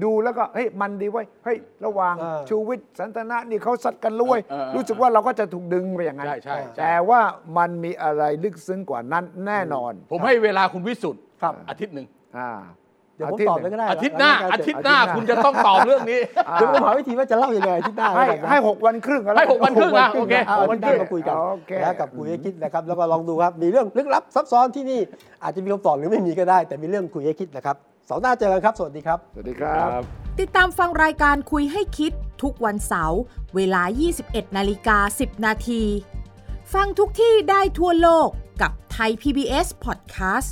ดูแล้วก็เฮ้ยมันดีเว้ยเฮ้ยระหว่าง
เออ
ชูวิทย์สันทนะนี่เขาสัตว์กันรวย
เออเออ
รู้สึกว่าเราก็จะถูกดึงไปอย่างนั้น
ใช่ใช่ใช่
แต่ว่ามันมีอะไรลึกซึ้งกว่านั้นแน่นอน
ผมให้เวลาคุณวิสุทธิ์
ครับ
อาทิตย์หนึ่ง
อ่า
ดี๋ยวผม
อาทิ
ต
ตย์
อบเลยก็ได้
อาทิตย์หน้า อาทิตย์หน้าคุณจะต้องตอบเรื่องนี้
เดี๋ยวผมหาวิธีว่าจะเล่ายังไงอาทิตย์หน้า
ให้
แล้วกันนะ
ให้หกวันครึ่งก็แล้ว
ให้หกวันครึ่งนะโอเค
เอาวันได้มาคุยกัน
โอเค
นะกับคุยให้คิดนะครับแล้วก็ลองดูครับมีเรื่องลึกลับซับซ้อนที่นี่อาจจะมีคำตอบหรือไม่มีก็ได้ แต่มีเรื่องคุยให้คิดนะครับเสาร์หน้าเจอกันครับ สวัสดีครับ
สวัสดีครับ
ติดตามฟังรายการคุยให้คิดทุกวันเสาร์เวลา 21 นาฬิกา 10 นาที ฟังทุกที่ได้ทั่วโลกกับไทย PBS Podcast